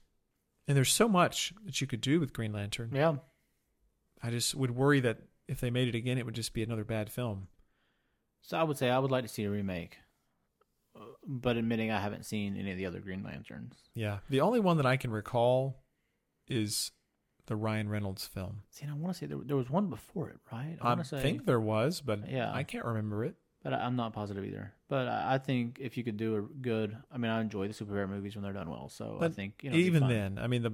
S1: And there's so much that you could do with Green Lantern.
S2: Yeah.
S1: I just would worry that if they made it again, it would just be another bad film.
S2: So I would say I would like to see a remake, uh, but admitting I haven't seen any of the other Green Lanterns.
S1: Yeah. The only one that I can recall is the Ryan Reynolds film.
S2: See, and I want to say there, there was one before it, right? I,
S1: I,
S2: wanna say,
S1: think there was, but
S2: Yeah.
S1: I can't remember it.
S2: but I, I'm not positive either. But I, I think if you could do a good, I mean, I enjoy the superhero movies when they're done well. So I
S1: But
S2: think you know, it'd be
S1: Even
S2: fun.
S1: then, I mean the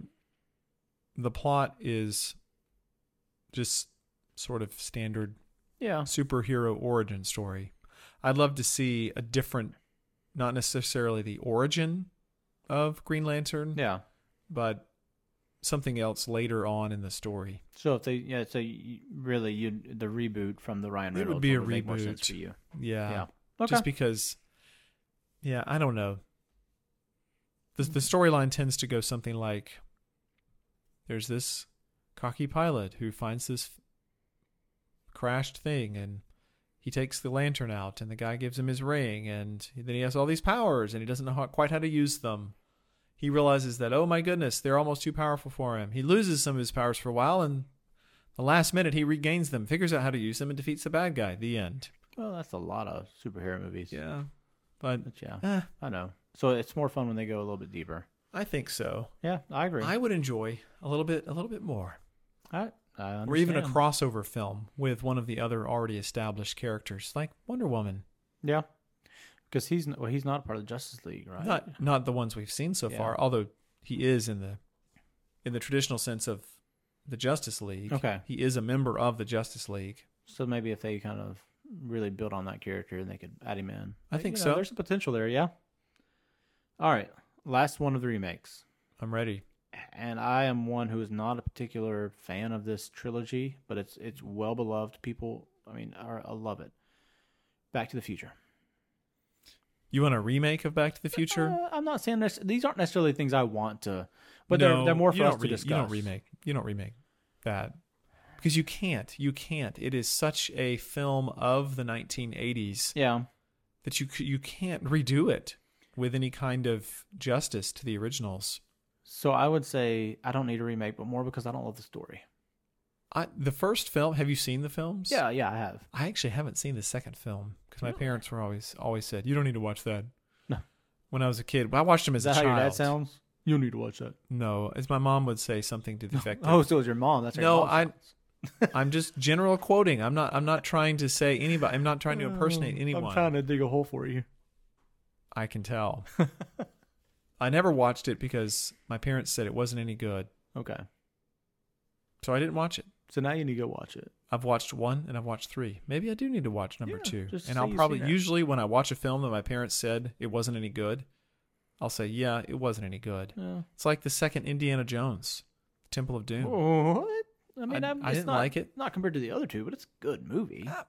S1: the plot is just sort of standard
S2: yeah,
S1: superhero origin story. I'd love to see a different not necessarily the origin of Green Lantern,
S2: yeah.
S1: but something else later on in the story.
S2: So if they, yeah, so you, really, you the reboot from the Ryan
S1: It would
S2: Reynolds
S1: be
S2: one
S1: a
S2: make more sense
S1: reboot.
S2: for you.
S1: Yeah.
S2: Yeah. Okay.
S1: Just because, yeah, I don't know. The, the storyline tends to go something like there's this cocky pilot who finds this crashed thing and he takes the lantern out and the guy gives him his ring and then he has all these powers and he doesn't know how, quite how to use them. He realizes that, oh my goodness, they're almost too powerful for him. He loses some of his powers for a while and the last minute he regains them, figures out how to use them, and defeats the bad guy. The end.
S2: well, that's a lot of superhero movies.
S1: Yeah. But
S2: But yeah,
S1: eh,
S2: I know. So it's more fun when they go a little bit deeper.
S1: I think so.
S2: Yeah, I agree.
S1: I would enjoy a little bit a little bit more.
S2: I, I understand.
S1: Or even a crossover film with one of the other already established characters, like Wonder Woman.
S2: Yeah, because he's n- well, he's not part of the Justice League, right?
S1: Not not the ones we've seen so
S2: Yeah.
S1: far, although he is in the in the traditional sense of the Justice League.
S2: Okay.
S1: He is a member of the Justice League.
S2: so maybe if they kind of really build on that character and they could add him in,
S1: I
S2: But,
S1: think
S2: you know,
S1: so.
S2: There's a potential there, yeah. All right, last one of the remakes,
S1: I'm ready.
S2: and I am one who is not a particular fan of this trilogy, but it's it's well beloved. People, I mean, are, I love it. Back to the Future.
S1: You want a remake of Back to the Future?
S2: Uh, I'm not saying this, these aren't necessarily things I want to, but they're they're more
S1: you
S2: for us
S1: don't
S2: to
S1: re-
S2: discuss.
S1: You don't remake. You don't remake that because you can't. You can't. It is such a film of the 1980s
S2: Yeah.
S1: that you c- you can't redo it with any kind of justice to the originals.
S2: So I would say I don't need a remake, but more because I don't love the story.
S1: I, the first film. Have you seen the films?
S2: Yeah, yeah, I have.
S1: I actually haven't seen the second film because my parents were always always said you don't need to watch that.
S2: No.
S1: When I was a kid, I watched them
S2: Is
S1: as a
S2: that how
S1: child.
S2: your dad sounds? You need to watch that.
S1: No, as my mom would say something to the effect. of,
S2: Oh, so it's your mom. That's how
S1: No,
S2: your mom
S1: I-
S2: sounds.
S1: I'm just general quoting. I'm not. I'm not trying to say anybody. I'm not trying
S2: Oh,
S1: to impersonate anyone.
S2: Uh, to dig a hole for you.
S1: I can tell. I never watched it because my parents said it wasn't any good.
S2: Okay.
S1: So I didn't watch it.
S2: So now you need to go watch it.
S1: I've watched one and I've watched three. Maybe I do need to watch number
S2: Yeah,
S1: two.
S2: just
S1: And
S2: so
S1: I'll
S2: you've
S1: probably
S2: seen it.
S1: usually when I watch a film that my parents said it wasn't any good, I'll say, Yeah, it wasn't any good.
S2: Yeah.
S1: It's like the second Indiana Jones, Temple of Doom.
S2: What? I mean,
S1: I-
S2: I,
S1: I
S2: it's
S1: didn't
S2: not,
S1: like it.
S2: Not compared to the other two, but it's a good movie.
S1: Ah.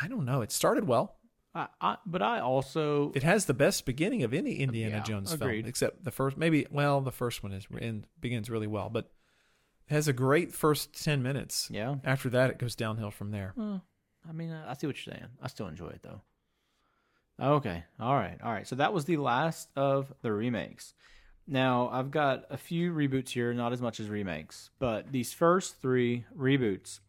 S1: I don't know. It started well.
S2: I, I, but I also
S1: It has the best beginning of any Indiana
S2: Yeah,
S1: Jones
S2: agreed.
S1: film, except the first. Maybe well, the first one is and begins really well, but it has a great first ten minutes.
S2: yeah.
S1: After that, it goes downhill from there.
S2: Well, I mean, I, I see what you're saying. I still enjoy it though. Okay. All right. All right. So that was the last of the remakes. Now I've got a few reboots here, not as much as remakes, but these first three reboots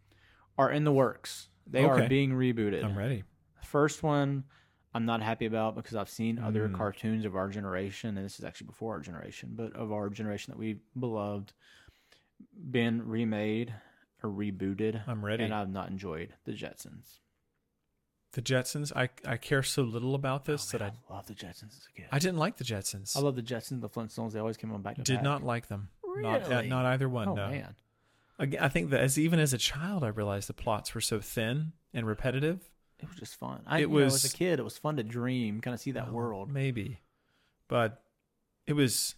S2: are in the works. They are
S1: Okay. Uh-huh.
S2: being rebooted.
S1: I'm ready.
S2: First one, I'm not happy about because I've seen
S1: Mm.
S2: other cartoons of our generation, and this is actually before our generation, but of our generation that we beloved, been remade or rebooted.
S1: I'm ready.
S2: And I've not enjoyed the Jetsons.
S1: The Jetsons. I I care so little about this
S2: Oh,
S1: that
S2: man, I love the Jetsons as a kid.
S1: I I didn't like the Jetsons.
S2: I love the Jetsons, the Flintstones. They always came on back to
S1: Did
S2: back.
S1: not like them. Not, uh,
S2: Really?
S1: not either one.
S2: Oh
S1: no.
S2: man,
S1: Again, I think that as even as a child, I realized the plots were so thin and repetitive.
S2: it was just fun. I,
S1: It
S2: you know, as
S1: was- Oh,
S2: a kid, it was fun to dream, kind of see that
S1: Well,
S2: world.
S1: Maybe. But it was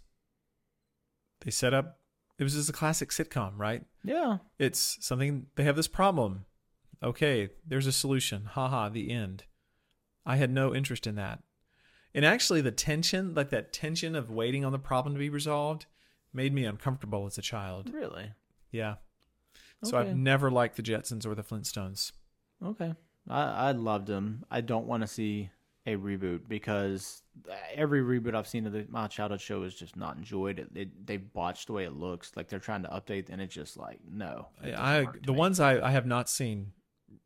S1: they set up it was just a classic sitcom, right?
S2: Yeah,
S1: It's something they have this problem. Okay, there's a solution. Haha, the end. I had no interest in that. And actually the tension, like that tension of waiting on the problem to be resolved, made me uncomfortable as a child.
S2: really.
S1: Yeah. So I've
S2: Okay.
S1: never liked the Jetsons or the Flintstones.
S2: Okay. I, I loved them. I don't want to see a reboot because every reboot I've seen of the, my childhood show is just not enjoyed. It, it, they botched the way it looks. Like they're trying to update, and it's just like, no. it doesn't
S1: I
S2: work to
S1: the
S2: me.
S1: ones I, I have not seen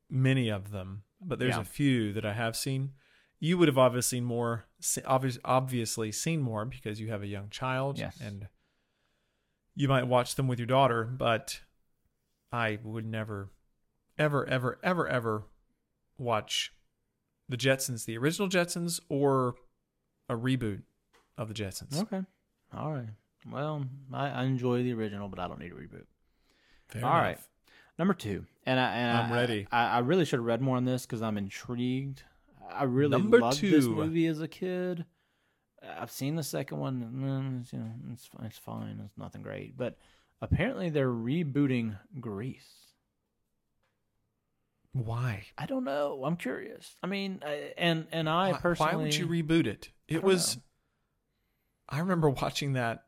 S1: many of them, but there's
S2: Yeah.
S1: a few that I have seen. You would have obviously more se- obvious, obviously seen more because you have a young child
S2: Yes.
S1: and you might watch them with your daughter, but I would never ever ever ever ever watch the Jetsons, the original Jetsons or a reboot of the Jetsons.
S2: Okay. All right. Well, I, I enjoy the original, but I don't need a reboot.
S1: Fair
S2: All
S1: enough.
S2: right. Number two, and I and
S1: I'm
S2: I-
S1: ready.
S2: I, I really should have read more on this because I'm intrigued. I really
S1: Number
S2: loved this
S1: two.
S2: movie as a kid. I've seen the second one. and, mm, It's, you know, it's fi- it's fine. It's nothing great, but apparently they're rebooting Grease.
S1: Why?
S2: I don't know. I'm curious. I mean, I, and and I
S1: Why-
S2: personally,
S1: Why would you reboot it? It
S2: don't
S1: was.
S2: know.
S1: I remember watching that.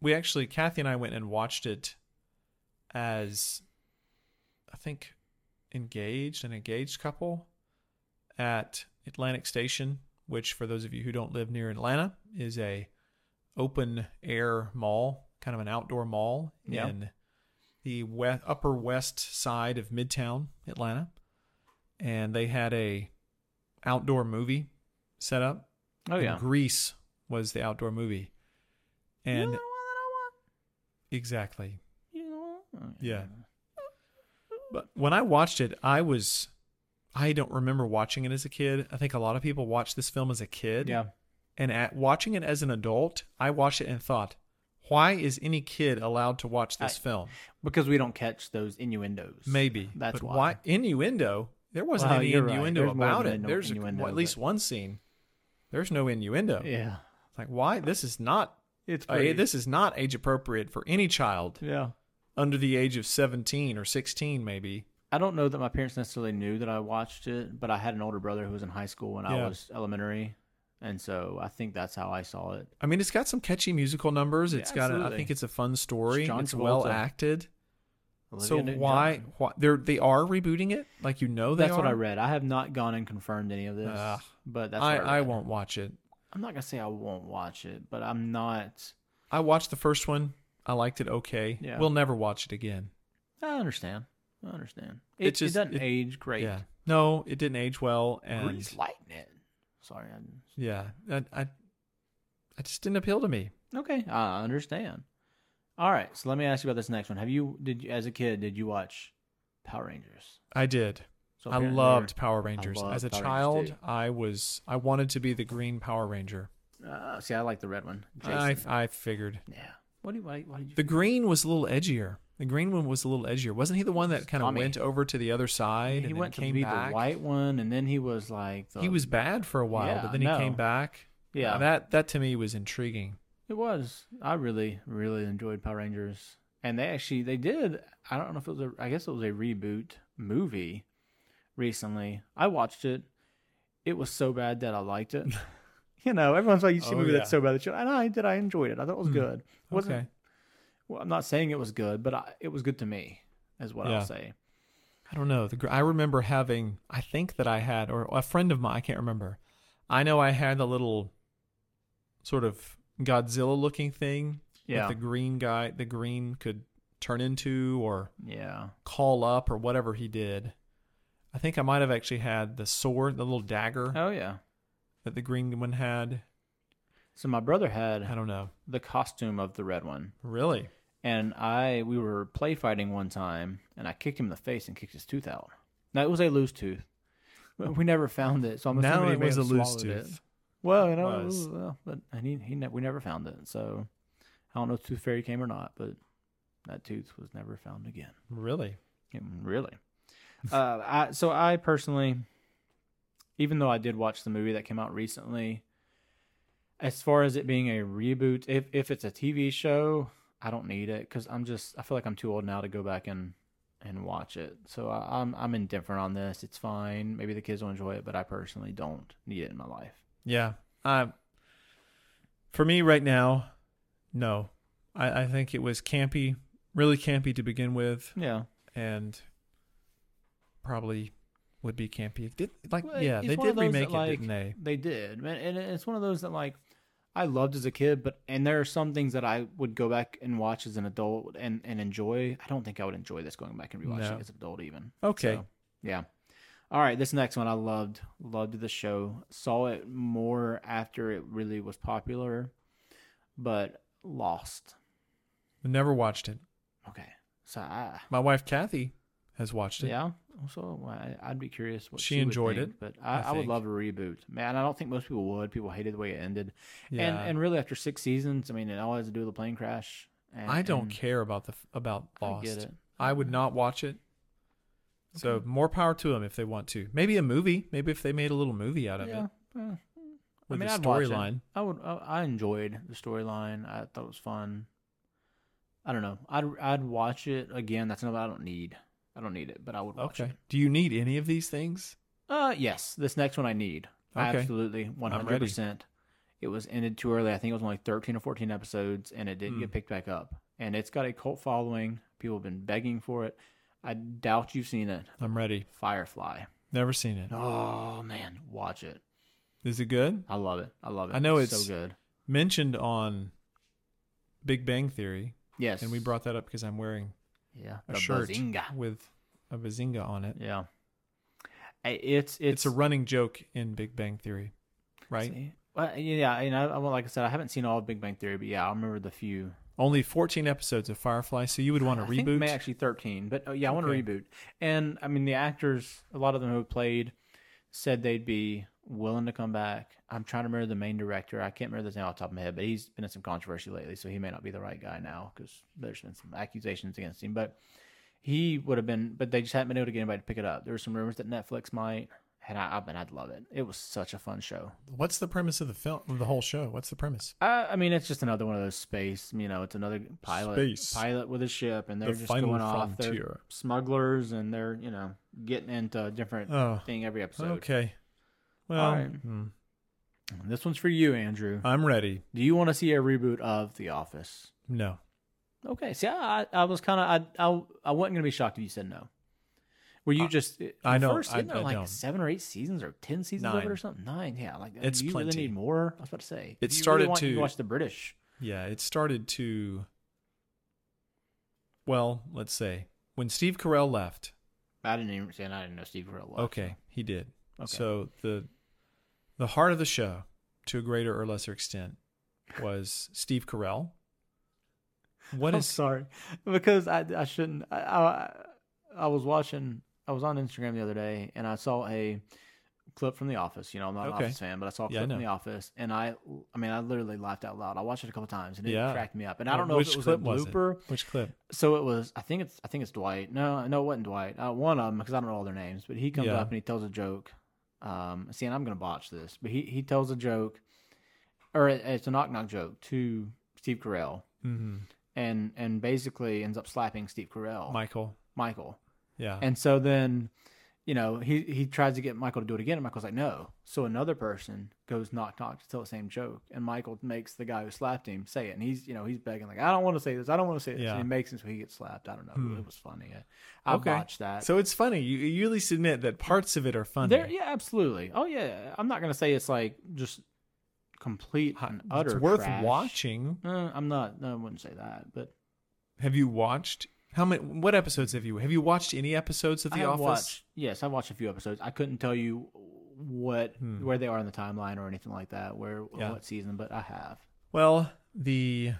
S1: We actually, Kathy and I went and watched it as, I think, engaged, an engaged couple at Atlantic Station, which, for those of you who don't live near Atlanta, is a open air mall, kind of an outdoor mall
S2: Yeah.
S1: in the we- upper west side of Midtown Atlanta, and they had a outdoor movie set up.
S2: oh yeah,
S1: Greece was the outdoor movie, and
S2: You know what
S1: exactly.
S2: I want? You know what I want?
S1: Yeah. But when I watched it, I was, I don't remember watching it as a kid. I think a lot of people watched this film as a kid.
S2: yeah.
S1: And at watching it as an adult, I watched it and thought, why is any kid allowed to watch this
S2: I-
S1: film?
S2: Because we don't catch those innuendos.
S1: Maybe.
S2: that's
S1: but
S2: why.
S1: innuendo? There wasn't
S2: Well,
S1: any
S2: you're right.
S1: innuendo
S2: There's more
S1: about
S2: than
S1: it.
S2: innu-
S1: There's a-
S2: innuendo,
S1: well, at least
S2: but-
S1: one scene. There's no innuendo.
S2: Yeah,
S1: It's like why this is not
S2: it's
S1: uh,
S2: pretty-
S1: this is not age appropriate for any child
S2: Yeah.
S1: under the age of 17 or 16 maybe.
S2: I don't know that my parents necessarily knew that I watched it, but I had an older brother who was in high school when I
S1: Yeah.
S2: was elementary, and so I think that's how I saw it.
S1: I mean, it's got some catchy musical numbers.
S2: Yeah,
S1: It's got a, I
S2: absolutely.
S1: think it's a fun story.
S2: It's
S1: It's,
S2: John
S1: well
S2: Travolta.
S1: acted. so
S2: Olivia Newton-John.
S1: why why they're they are rebooting it? Like you know they
S2: that's what I
S1: are?
S2: read. I have not gone and confirmed any of this,
S1: Ugh.
S2: but that's
S1: I,
S2: what
S1: I
S2: read.
S1: won't watch it.
S2: I'm not gonna say I won't watch it, but I'm not.
S1: I watched the first one. I liked it okay.
S2: Yeah.
S1: We'll never watch it again.
S2: I understand. I understand.
S1: It
S2: It, it
S1: just-
S2: doesn't
S1: it-
S2: age great.
S1: Yeah. No, it didn't age well and
S2: Grease lightning. Sorry. I,
S1: yeah. I, I I just didn't appeal to me.
S2: okay, I understand. All right. So let me ask you about this next one. Have you did you, as a kid did you watch Power Rangers?
S1: I did.
S2: So
S1: I
S2: apparently
S1: loved
S2: you're-
S1: Power Rangers.
S2: loved
S1: As a
S2: Power Rangers
S1: child,
S2: too.
S1: I was I wanted to be the green Power Ranger.
S2: Uh, see, I like the red one.
S1: I
S2: Jason.
S1: I figured.
S2: yeah. What do you? Why, why did you?
S1: The green was a little edgier. The green one was a little edgier. Wasn't he the one that kind of
S2: Tommy.
S1: went over to the other side and
S2: he
S1: then
S2: went to
S1: came
S2: be
S1: back?
S2: the white one, and then he was like the,
S1: He was bad for a while,
S2: Yeah,
S1: but then
S2: no.
S1: he came back. Uh,
S2: Yeah,
S1: that that to me was intriguing.
S2: It was. I really, really enjoyed Power Rangers, and they actually they did. I don't know if it was a. I guess it was a reboot movie recently. I watched it. It was so bad that I liked it. you know, everyone's like, "You see a
S1: Oh,
S2: movie
S1: yeah. Hmm.
S2: that's so bad that you." And I did. I enjoyed it. I thought it was good. It wasn't,
S1: Okay,
S2: Well, I'm not saying it was good, but I, it was good to me, is what
S1: Yeah.
S2: I'll say.
S1: I don't know. The gr- I remember having. I think that I had, or a friend of mine. I can't remember. I know I had the little sort of Godzilla-looking thing
S2: Yeah.
S1: that the green guy, the green could turn into, or
S2: yeah.
S1: call up, or whatever he did. I think I might have actually had the sword, the little dagger
S2: Oh yeah.
S1: that the green one had.
S2: So my brother had
S1: I don't know.
S2: the costume of the red one.
S1: Really?
S2: and I we were play fighting one time, and I kicked him in the face and kicked his tooth out. Now it was a loose tooth. But We never found it, so I'm
S1: now
S2: assuming he
S1: it
S2: may
S1: was a
S2: have
S1: loose
S2: swallowed it.
S1: tooth.
S2: Well, you know, it
S1: Was.
S2: was, well, but and he he ne- we never found it, so I don't know if Tooth Fairy came or not, but that tooth was never found again.
S1: Really?
S2: Yeah, really. uh, I, so I personally, even though I did watch the movie that came out recently, as far as it being a reboot, if if it's a TV show, I don't need it because I'm just I feel like I'm too old now to go back and and watch it. So I, I'm I'm indifferent on this. It's fine. Maybe the kids will enjoy it, but I personally don't need it in my life.
S1: Yeah. Um, for me right now, no. I, I think it was campy, really campy to begin with,
S2: Yeah,
S1: and probably would be campy. Did like
S2: Well,
S1: yeah,
S2: it's
S1: they
S2: one of
S1: did
S2: those
S1: remake it,
S2: that, like,
S1: didn't they?
S2: They did, man, and it's one of those that like I loved as a kid, but and there are some things that I would go back and watch as an adult and and enjoy. I don't think I would enjoy this going back and rewatching
S1: No.
S2: it as an adult, even.
S1: Okay.
S2: So, yeah. All right, this next one I loved. Loved the show. Saw it more after it really was popular, but lost.
S1: Never watched it.
S2: Okay, so I,
S1: My wife Kathy has watched it.
S2: yeah. So I, I'd be curious what
S1: She
S2: she, would
S1: enjoyed
S2: think,
S1: it,
S2: but I,
S1: I
S2: I, would
S1: think.
S2: love a reboot. Man, I don't think most people would. People hated the way it ended.
S1: Yeah.
S2: And and really after six seasons, I mean, it all has to do with the plane crash. And,
S1: I don't
S2: and
S1: care about the f- about Lost.
S2: I get it.
S1: I would not watch it. So more power to them if they want to. Maybe a movie. Maybe if they made a little movie out of
S2: Yeah.
S1: it
S2: well,
S1: with
S2: mean,
S1: the
S2: I'd watch it.
S1: storyline.
S2: I would. I, I enjoyed the storyline. I thought it was fun. I don't know. I'd I'd watch it again. That's another I don't need. I don't need it, but I would watch
S1: Okay.
S2: it.
S1: Do you need any of these things?
S2: Uh, yes. This next one I need.
S1: Okay.
S2: Absolutely, one hundred percent. It was ended too early. I think it was only thirteen or fourteen episodes, and it didn't
S1: Hmm.
S2: get picked back up. And it's got a cult following. People have been begging for it. I doubt you've seen it.
S1: I'm ready.
S2: Firefly.
S1: Never seen it. Is
S2: Oh man, watch it.
S1: it good?
S2: I love it. I love it.
S1: I know it's-
S2: so good.
S1: Mentioned on Big Bang Theory,
S2: Yes.
S1: and we brought that up because I'm wearing
S2: yeah
S1: a
S2: the
S1: shirt
S2: bazinga.
S1: with a bazinga on it.
S2: Yeah. I- It's
S1: It's,
S2: it's
S1: a running joke in Big Bang Theory, right?
S2: see, well, yeah, and I, I well, like I said, I haven't seen all of Big Bang Theory, but yeah, I remember the few.
S1: Only 14 episodes of Firefly, so you would want to
S2: I think
S1: reboot.
S2: may actually thirteen, but oh, yeah, I want to
S1: Okay.
S2: reboot. And I mean, the actors, a lot of them who played, said they'd be willing to come back. I'm trying to remember the main director. I can't remember his name off the top of my head, but he's been in some controversy lately, so he may not be the right guy now because there's been some accusations against him. But he would have been, but they just hadn't been able to get anybody to pick it up. There were some rumors that Netflix might, and I, I mean, I'd love it. It was such a fun show.
S4: What's the premise of the film? of The whole show. What's the premise?
S2: I, I mean, it's just another one of those space. You know, it's another pilot
S4: Space.
S2: pilot with a ship, and they're
S4: The
S2: just
S4: final
S2: going off. They're
S4: frontier.
S2: smugglers, and they're you know getting into a different
S1: Oh.
S2: thing every episode.
S1: Okay. Well,
S2: All right.
S1: hmm,
S2: This one's for you, Andrew.
S1: I'm ready.
S2: Do you want to see a reboot of The Office?
S1: No.
S2: Okay. See, I, I- I was kind of I, I I wasn't gonna be shocked if you said no. Were you just?
S1: Uh, I
S2: at
S1: don't-
S2: First,
S1: I-
S2: isn't there
S1: I
S2: like
S1: don't.
S2: seven or eight seasons or ten seasons of
S1: Nine.
S2: it or something? Nine. Yeah. Like
S1: It's
S2: do you
S1: plenty.
S2: really need more. I was about to say.
S1: It
S2: If you really
S1: started
S2: want, you
S1: to-
S2: can watch the British.
S1: Yeah, it started to. Well, let's say when Steve Carell left.
S2: I didn't even say I didn't know Steve Carell. left.
S1: Okay, he did.
S2: Okay.
S1: So the the heart of the show, to a greater or lesser extent, was Steve Carell. What
S2: I'm
S1: is
S2: sorry because I, I shouldn't I, I I was watching I was on Instagram the other day and I saw a clip from The Office. You know, I'm not
S1: Okay.
S2: an Office fan, but I saw a
S1: Yeah,
S2: clip
S1: I
S2: from
S1: know.
S2: The Office, and I, I mean, I literally laughed out loud. I watched it a couple times, and it
S1: Yeah.
S2: cracked me up. And I
S1: Well,
S2: don't know
S1: which
S2: if it was
S1: clip
S2: a
S1: was it?
S2: blooper.
S1: Which clip?
S2: So it was. I think it's. I think it's Dwight. No, no, it wasn't Dwight. Uh, one of them, because I don't know all their names. But he comes
S1: Yeah.
S2: up and he tells a joke. Um, see, and I'm gonna botch this, but he he tells a joke, or it- it's a knock knock joke to Steve Carell,
S1: hmm
S2: and and basically ends up slapping Steve Carell,
S1: Michael.
S2: Michael.
S1: Yeah.
S2: And so then, you know, he he tries to get Michael to do it again, and Michael's like, no. So another person goes knock knock to tell the same joke, and Michael makes the guy who slapped him say it, and he's you know he's begging like, I don't want to say this, I don't want to say this,
S1: Yeah.
S2: and he makes him so he gets slapped. I don't know,
S1: Hmm.
S2: it was funny. I, I
S1: Okay.
S2: watched that.
S1: so it's funny. You, you at least admit that parts of it are funny.
S2: there, yeah, absolutely. Oh yeah, I'm not gonna say it's like just complete and utter.
S1: It's worth
S2: trash.
S1: watching.
S2: Uh, I'm not. No, I wouldn't say that, but
S1: Have you watched how many? What episodes have you? Have you watched any episodes of The
S2: I have
S1: Office?
S2: Watched, yes, I watched a few episodes. I couldn't tell you what
S1: Hmm.
S2: where they are in the timeline or anything like that, where
S1: Yeah.
S2: what season, but I have.
S1: Well, the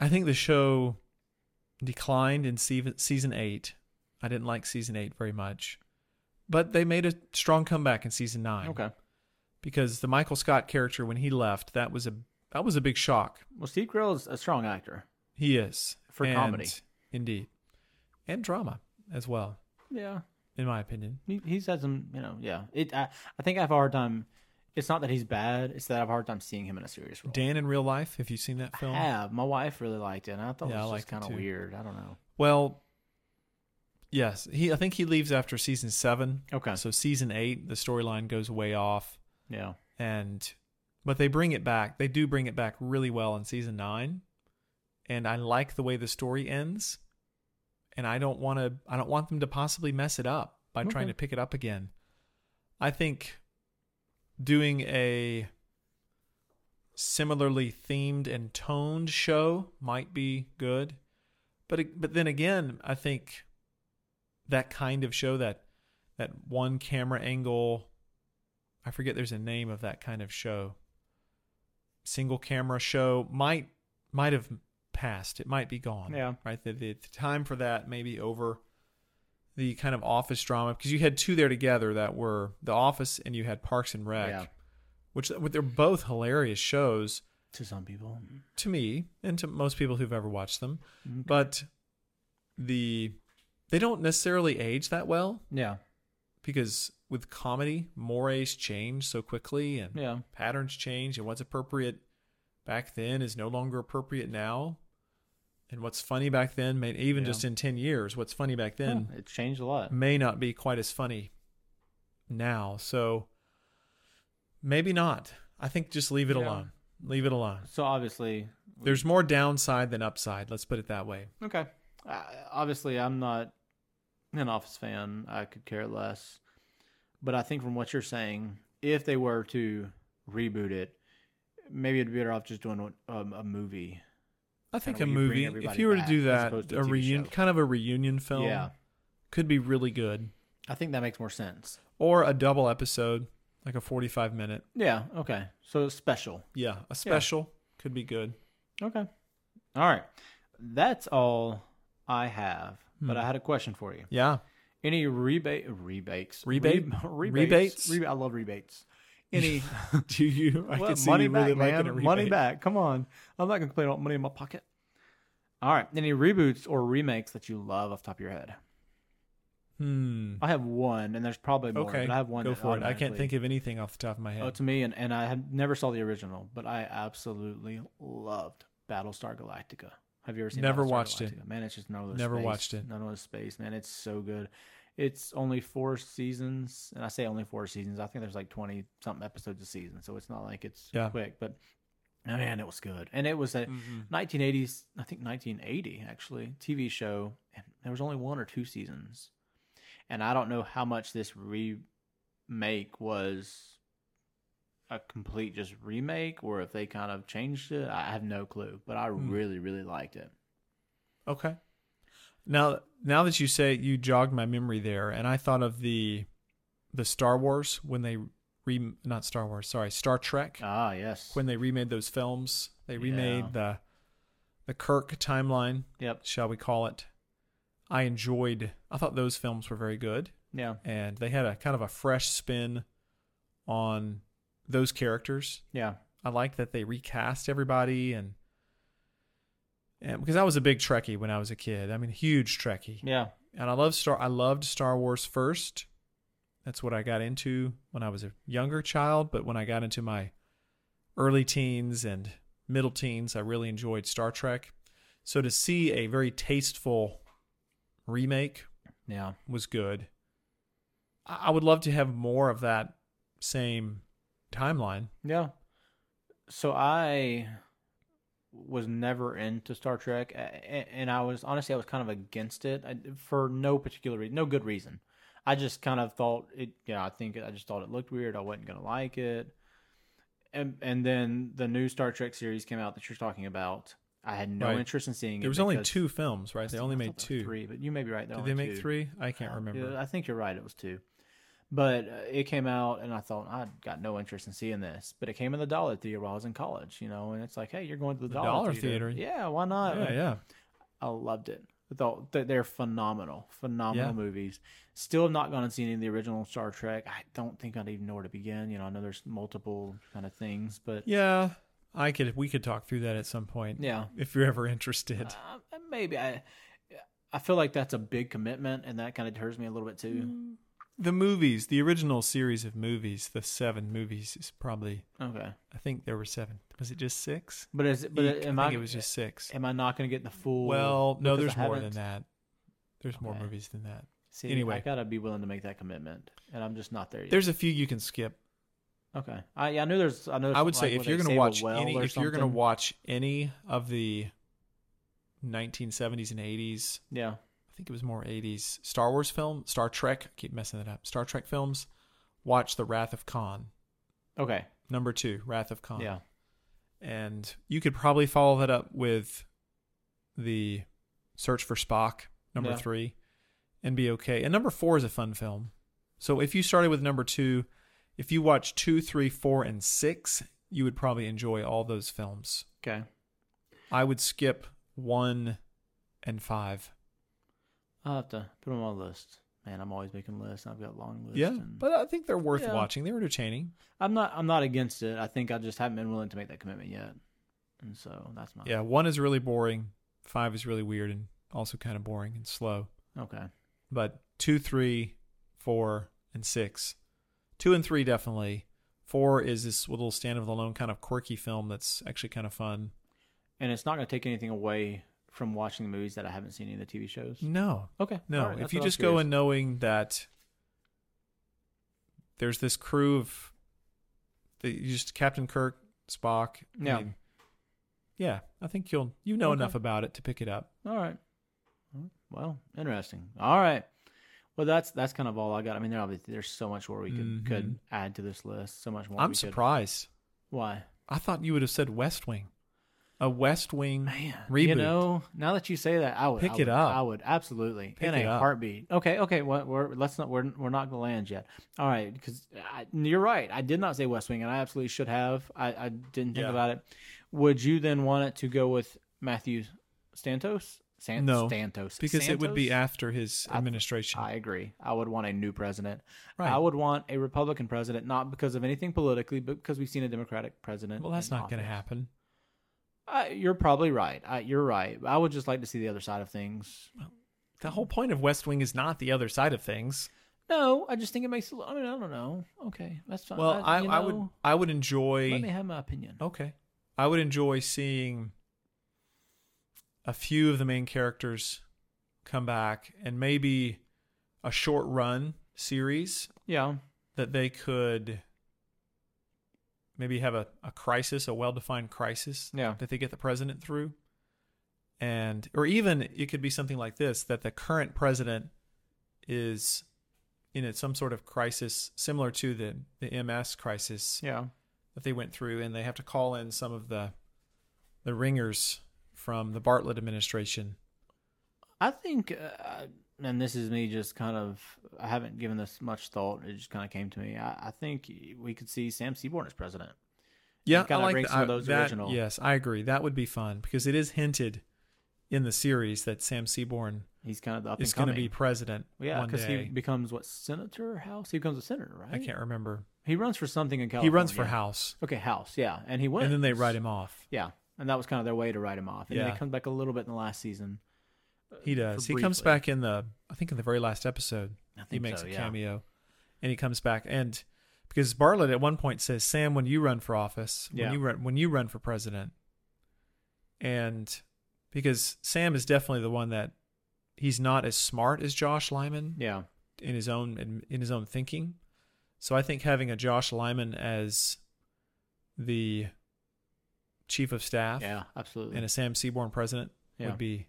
S1: I think the show declined in season season eight. I didn't like season eight very much, but they made a strong comeback in season nine.
S2: Okay.
S1: because the Michael Scott character when he left, that was a that was a big shock.
S2: Well, Steve Carell is a strong actor.
S1: He is
S2: For
S1: And-
S2: comedy.
S1: indeed, and drama as well,
S2: Yeah,
S1: in my opinion.
S2: he, he's had some. You know, yeah. It. I, I think I have a hard time. It's not that he's bad. It's that I have a hard time seeing him in a serious role.
S1: Dan in real life. Have you seen that film?
S2: I have. My wife really liked it. and I thought
S1: Yeah, I
S2: it was
S1: liked
S2: just
S1: it
S2: kind of
S1: too.
S2: weird. I don't know.
S1: Well, yes, he. I think he leaves after season seven.
S2: Okay.
S1: So season eight, the storyline goes way off,
S2: Yeah.
S1: and but they bring it back. They do bring it back really well in season nine, and I like the way the story ends. And I don't want to. I don't want them to possibly mess it up by
S2: Okay.
S1: trying to pick it up again. I think doing a similarly themed and toned show might be good. But it- but then again, I think that kind of show that that one camera angle I forget there's a name of that kind of show. Single camera show might might have passed. It might be gone.
S2: Yeah.
S1: Right. The, the, the time for that may be over. The kind of office drama because you had two there together that were The Office and you had Parks and Rec,
S2: Yeah.
S1: which they're both hilarious shows
S2: To some people.
S1: to me and to most people who've ever watched them but the they don't necessarily age that well
S2: Yeah.
S1: because with comedy mores change so quickly and
S2: Yeah.
S1: patterns change and what's appropriate back then is no longer appropriate now and what's funny back then may even
S2: Yeah.
S1: just in 10 years what's funny back then
S2: Huh, it's changed a lot.
S1: may not be quite as funny now. So maybe not. I think just leave it
S2: Yeah.
S1: alone. Leave it alone.
S2: So obviously,
S1: There's more downside than upside. Let's put it that way.
S2: Okay. Uh, obviously, I'm not an Office fan. I could care less. But I think from what you're saying, if they were to reboot it, maybe it'd be better off just doing um, a movie.
S1: I think a
S2: Kinda where you bring
S1: movie, if
S2: everybody
S1: you were to
S2: back
S1: do
S2: as
S1: that,
S2: opposed to
S1: a
S2: a TV
S1: reunion,
S2: show.
S1: kind of a reunion film,
S2: Yeah.
S1: could be really good.
S2: I think that makes more sense.
S1: Or a double episode, like a 45 minute.
S2: Yeah. Okay. So it's special.
S1: Yeah, a special could be good.
S2: Okay. All right. That's all I have. But
S1: Hmm.
S2: I had a question for you.
S1: Yeah.
S2: Any rebate rebates?
S1: Rebate?
S2: Reb-
S1: Rebates?
S2: rebates? Reba- I love rebates. Any
S1: Do you? I
S2: Well,
S1: can see
S2: money
S1: you
S2: back,
S1: really
S2: man.
S1: liking a rebate.
S2: money back. Come on, I'm not gonna complain about money in my pocket. All right, any reboots or remakes that you love off the top of your head?
S1: Hmm.
S2: I have one, and there's probably more.
S1: Okay.
S2: but I have one.
S1: Go
S2: that
S1: for it. I can't
S2: automatically-
S1: think of anything off the top of my head.
S2: Oh, to me, and, and I had never saw the original, but I absolutely loved Battlestar Galactica. Have you ever seen?
S1: Never
S2: Battlestar
S1: watched it.
S2: Galactica? Man, it's just none of those.
S1: Never
S2: space-
S1: watched it.
S2: None of those space. Man, it's so good. It's only four seasons, and I say only four seasons. I think there's like twenty something episodes a season, so it's not like it's
S1: Yeah.
S2: quick. But man, it was good, and it was a 1980s, I think 1980 actually TV show, and there was only one or two seasons, and I don't know how much this remake was a complete just remake or if they kind of changed it. I have no clue, but I
S1: Hmm.
S2: really really liked it.
S1: Okay. Now, now that you say it, you jogged my memory there, and I thought of the, the Star Wars when they re not Star Wars, sorry, Star Trek
S2: Ah yes,
S1: when they remade those films. They remade
S2: Yeah.
S1: the, the Kirk timeline,
S2: yep,
S1: shall we call it? I enjoyed. I thought those films were very good.
S2: Yeah.
S1: and they had a kind of a fresh spin on those characters.
S2: Yeah.
S1: I like that they recast everybody and and because I was a big Trekkie when I was a kid. I mean, huge Trekkie.
S2: Yeah.
S1: And I love Star I loved Star Wars first. That's what I got into when I was a younger child, but when I got into my early teens and middle teens, I really enjoyed Star Trek. So to see a very tasteful remake
S2: Yeah.
S1: was good. I I would love to have more of that same timeline.
S2: Yeah. So I was never into Star Trek, a- a- and I was honestly I was kind of against it I- for no particular reason, no good reason. I just kind of thought it. Yeah, I think I just thought it looked weird. I wasn't gonna like it. And and then the new Star Trek series came out that you're talking about. I had no
S1: Right.
S2: interest in seeing it.
S1: There was only
S2: because-
S1: two films, right? They
S2: I
S1: only
S2: thought
S1: made
S2: there were
S1: two.
S2: three, but you may be right. there
S1: Did
S2: were
S1: they
S2: only
S1: make
S2: two.
S1: three? I can't
S2: Uh,
S1: remember.
S2: yeah, I think you're right. It was two, but uh, it came out, and I thought I got no interest in seeing this. But it came in the dollar theater while I was in college, you know. And it's like, hey, you're going to the,
S1: The
S2: dollar,
S1: dollar theater.
S2: theater. Yeah, why not?
S1: yeah, yeah.
S2: I loved it. I thought that they're phenomenal, phenomenal
S1: Yeah.
S2: movies. Still have not gone and seen any of the original Star Trek. I don't think I'd even know where to begin. You know, I know there's multiple kind of things, but
S1: Yeah, I could. We could talk through that at some point.
S2: yeah,
S1: if you're ever interested.
S2: Uh, maybe I. I feel like that's a big commitment, and that kind of deters me a little bit too.
S1: the movies, the original series of movies, the seven movies is probably.
S2: Okay,
S1: I think there were seven. Was it just six?
S2: but is it? But uh,
S1: Eek,
S2: am
S1: I
S2: I?
S1: think it was just six.
S2: Am I not going to get the full?
S1: Well, no,
S2: because
S1: there's
S2: I
S1: more
S2: haven't-
S1: than that. There's more
S2: Okay.
S1: movies than that.
S2: See,
S1: Anyway.
S2: I gotta be willing to make that commitment, and I'm just not there yet.
S1: There's a few you can skip.
S2: okay. I yeah, I knew there's. I know.
S1: I would say
S2: like,
S1: if
S2: where
S1: you're
S2: they
S1: going to watch
S2: save a well
S1: any,
S2: or
S1: if you're going to
S2: something.
S1: watch any of the 1970s and 80s,
S2: yeah,
S1: I think it was more 80s Star Wars film, Star Trek. I keep messing that up. Star Trek films. Watch The Wrath of Khan,
S2: okay,
S1: number two, Wrath of Khan.
S2: yeah,
S1: and you could probably follow that up with the Search for Spock, number
S2: Yeah.
S1: three, and be okay. And number four is a fun film. So if you started with number two, if you watch two, three, four, and six, you would probably enjoy all those films.
S2: okay.
S1: I would skip one and five.
S2: I'll have to put them on my list. Man, I'm always making lists. and I've got long lists.
S1: Yeah,
S2: and
S1: but I think they're worth
S2: Yeah.
S1: watching. They're entertaining.
S2: I'm not. I'm not against it. I think I just haven't been willing to make that commitment yet, and so that's my
S1: Yeah, one is really boring. Five is really weird and also kind of boring and slow.
S2: Okay,
S1: but two, three, four, and six. Two and three definitely. Four is this little stand of the lone kind of quirky film that's actually kind of fun.
S2: and it's not going to take anything away from watching the movies that I haven't seen any of the TV shows.
S1: No,
S2: Okay,
S1: no.
S2: all right,
S1: if
S2: that's
S1: you
S2: what I was
S1: just go
S2: curious.
S1: in knowing that there's this crew of the you just Captain Kirk, Spock. I
S2: Yeah.
S1: mean, yeah. I think you'll you know
S2: Okay.
S1: enough about it to pick it up.
S2: All right. Well, interesting. All right. Well, that's that's kind of all I got. I mean, there obviously there's so much more we could could
S1: Mhm.
S2: add to this list. So much more. we
S1: I'm
S2: could-
S1: surprised.
S2: Why,
S1: I thought you would have said West Wing, a West Wing
S2: man?
S1: reboot.
S2: You know, now that you say that, I would I
S1: Pick it
S2: would-
S1: up.
S2: I would absolutely
S1: Pick
S2: in
S1: it
S2: a
S1: up.
S2: heartbeat. Okay, okay. Well, we're let's not we're we're not gonna land yet. All right, because you're right. I did not say West Wing, and I absolutely should have. I I didn't think
S1: Yeah.
S2: about it. Would you then want it to go with Matthew Stantos? San-
S1: No,
S2: Stantos
S1: because it would be
S2: Santos?
S1: after his
S2: I-
S1: administration.
S2: I agree. I would want a new president.
S1: Right.
S2: I would want a Republican president, not because of anything politically, but because we've seen a Democratic president.
S1: well, that's
S2: in
S1: not going to
S2: office.
S1: happen.
S2: Uh, you're probably right. I, you're right. I would just like to see the other side of things.
S1: The whole point of West Wing is not the other side of things.
S2: No, I just think it makes. a li- I mean, I don't know. Okay, that's fine.
S1: Well, I,
S2: uh, you
S1: I would
S2: know,
S1: I would
S2: let me
S1: enjoy
S2: have my opinion.
S1: okay. I would enjoy seeing a few of the main characters come back and maybe a short run series
S2: Yeah,
S1: that they could maybe have a, a crisis, a well defined crisis
S2: Yeah.
S1: that they get the president through. And, or even it could be something like this that the current president is in it, some sort of crisis similar to the, the MS crisis
S2: yeah,
S1: that they went through, and they have to call in some of the the ringers from the Bartlett administration.
S2: I think, uh, and this is me just kind of, I haven't given this much thought. It just kind of came to me. I, I think we could see Sam Seaborn as president.
S1: Yeah,
S2: kinda
S1: I like
S2: bring
S1: that.
S2: some of
S1: I-
S2: those
S1: that-
S2: original-
S1: Yes, I agree. That would be fun because it is hinted in the series that Sam Seaborn
S2: He's kind of the up
S1: is
S2: and
S1: going to
S2: coming.
S1: be president
S2: yeah,
S1: one
S2: because he
S1: day.
S2: becomes what senator House? He becomes a senator, right?
S1: I can't remember.
S2: He runs for something in California.
S1: He runs for House,
S2: Okay, House. Yeah, and he wins.
S1: and then they write him off.
S2: Yeah, and that was kind of their way to write him off. And then
S1: Yeah.
S2: he comes back a little bit in the last season. uh,
S1: He does. He comes
S2: briefly.
S1: back in the I think in the very last episode.
S2: I
S1: He
S2: think
S1: makes
S2: so,
S1: a
S2: yeah.
S1: cameo, and he comes back and because Bartlett at one point says, "Sam, when you run for office,
S2: Yeah.
S1: when you run when you run for president," and because Sam is definitely the one that he's not as smart as Josh Lyman
S2: Yeah,
S1: in his own in, in his own thinking. So I think having a Josh Lyman as the chief of staff
S2: yeah, absolutely.
S1: and a Sam Seaborn president
S2: Yeah.
S1: would be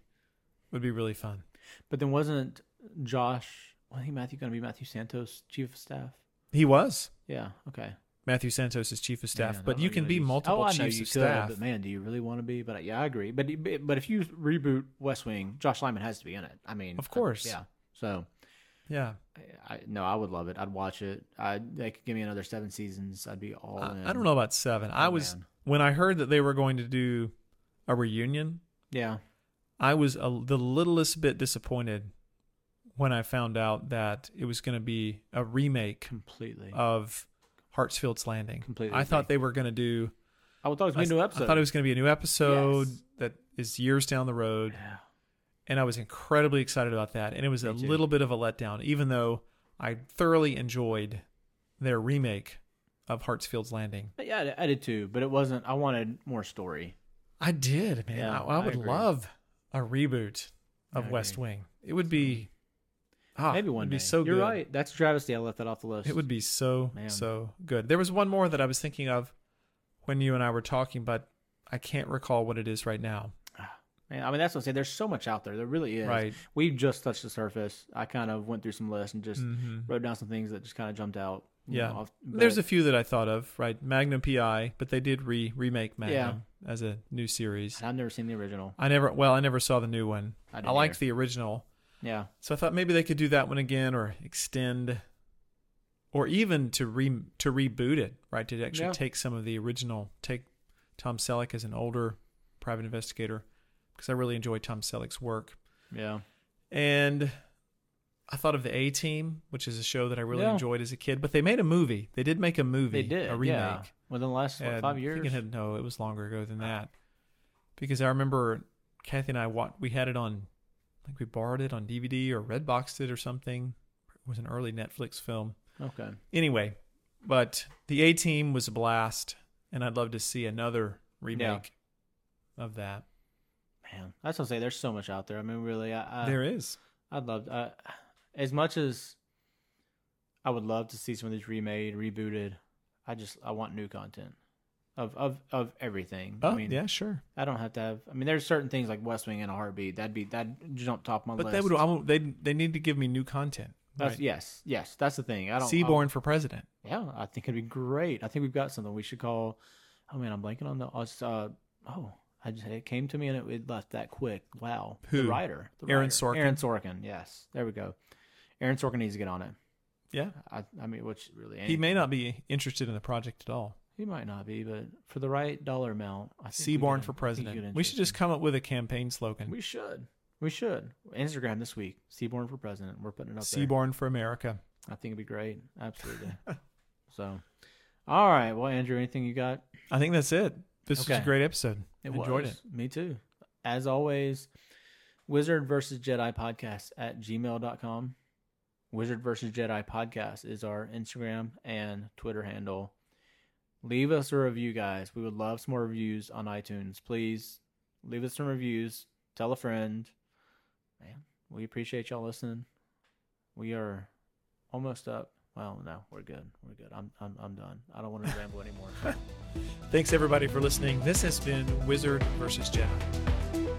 S1: would be really fun.
S2: but then wasn't Josh? Wasn't he Matthew going to be Matthew Santos, chief of staff?
S1: He was
S2: Yeah. Okay.
S1: Matthew Santos is chief of staff,
S2: Man,
S1: but
S2: I'm
S1: you
S2: not
S1: can
S2: gonna
S1: be
S2: do-
S1: multiple
S2: oh, I know
S1: chiefs
S2: you
S1: of
S2: could,
S1: staff.
S2: But man, do you really want to be? But yeah, I agree. But but if you reboot West Wing, Josh Lyman has to be in it. I mean,
S1: Of course.
S2: yeah. So
S1: yeah,
S2: I, I no, I would love it. I'd watch it. I they could give me another seven seasons. I'd be all
S1: I,
S2: in.
S1: I don't know about seven. I
S2: Oh,
S1: was
S2: man.
S1: when I heard that they were going to do a reunion.
S2: Yeah.
S1: I was a, the littlest bit disappointed when I found out that it was going to be a remake
S2: Completely.
S1: of Hartsfield's Landing.
S2: Completely
S1: I thought
S2: agree.
S1: they were going to do.
S2: I would thought it was gonna be a new
S1: I-
S2: episode.
S1: I thought it was going to be a new episode
S2: Yes.
S1: that is years down the road,
S2: Yeah.
S1: and I was incredibly excited about that. And it was
S2: Me
S1: a
S2: too.
S1: little bit of a letdown, even though I thoroughly enjoyed their remake of Hartsfield's Landing.
S2: But yeah, I- I did too. But it wasn't. I wanted more story.
S1: I did, man.
S2: Yeah,
S1: I, I
S2: I
S1: would
S2: agree.
S1: love a reboot
S2: I
S1: of
S2: agree.
S1: West Wing. It would be ah,
S2: Maybe one
S1: it'd
S2: day.
S1: Be so
S2: You're
S1: good.
S2: right. That's a travesty. I left that off the list.
S1: It would be so
S2: Man.
S1: so good. There was one more that I was thinking of when you and I were talking, but I can't recall what it is right now.
S2: Man, I mean, that's what I say. There's so much out there. There really is.
S1: Right.
S2: We just touched the surface. I kind of went through some lists and just
S1: Mhm.
S2: wrote down some things that just kind of jumped out. you
S1: Yeah.
S2: know, off-
S1: There's a
S2: but
S1: few that I thought of, right? Magnum PI, but they did re remake Magnum as a new series.
S2: I've never seen the original.
S1: I never, well, I never saw the new one.
S2: I
S1: I,
S2: didn't
S1: liked the original,
S2: Yeah.
S1: so I thought maybe they could do that one again, or extend, or even to re to reboot it, right? To actually
S2: Yeah.
S1: take some of the original, take Tom Selleck as an older private investigator, because I really enjoy Tom Selleck's work.
S2: Yeah.
S1: And I thought of the A Team, which is a show that I really
S2: Yeah.
S1: enjoyed as a kid. But they made a movie. They did make a movie.
S2: They did.
S1: a remake.
S2: Yeah. Within the last what,
S1: And
S2: five
S1: I
S2: years.
S1: think it had, no, it was longer ago than that. Because I remember Kathy and I wa we had it on, I think we borrowed it on DVD or red boxed it or something. It was an early Netflix film.
S2: okay.
S1: Anyway, but the A Team was a blast, and I'd love to see another remake of that.
S2: Man, that's what I say. There's so much out there. I mean, really, I, I
S1: there is.
S2: I'd love uh, as much as I would love to see some of these remade, rebooted. I just I want new content of of of everything.
S1: Oh,
S2: I mean,
S1: yeah, sure.
S2: I don't have to have. I mean, there's certain things like West Wing and a heartbeat that'd be that jump top of my
S1: But
S2: list.
S1: they would. I won't, they they need to give me new content.
S2: That's,
S1: Right.
S2: Yes, yes, that's the thing. I don't. I-
S1: Seaborn for president.
S2: yeah, I think it'd be great. I think we've got something we should call. Oh man, I'm blanking on the. us, Uh, oh, I just it came to me and it, it left that quick. Wow,
S1: Who?
S2: the writer, the
S1: Aaron
S2: writer.
S1: Sorkin?
S2: Aaron Sorkin. Yes, there we go. Aaron Sorkin needs to get on it.
S1: Yeah,
S2: I, I mean, which really
S1: he
S2: ain't-
S1: may not be interested in the project at all.
S2: He might not be, but for the right dollar amount, I think you
S1: Seaborn
S2: could-
S1: for
S2: I think you
S1: president.
S2: could
S1: We should
S2: interest
S1: just come up with a campaign
S2: him.
S1: slogan.
S2: We should. We should. Instagram this week. Seaborn for president. We're putting it up
S1: Seaborn for America.
S2: there. I think it'd be great. Absolutely. so, all right. Well, Andrew, anything you got?
S1: I think that's it. This was
S2: Okay.
S1: a great episode.
S2: It
S1: Enjoyed
S2: was.
S1: it.
S2: Me too. As always, Wizard versus Jedi podcast at gmail.com. Wizard versus Jedi podcast is our Instagram and Twitter handle. Leave us a review, guys. We would love some more reviews on iTunes. Please leave us some reviews. Tell a friend. Man, we appreciate y'all listening. We are almost up. Well, no, we're good. We're good. I'm I'm I'm done. I don't want to ramble anymore.
S1: Thanks everybody for listening. This has been Wizard versus Jedi.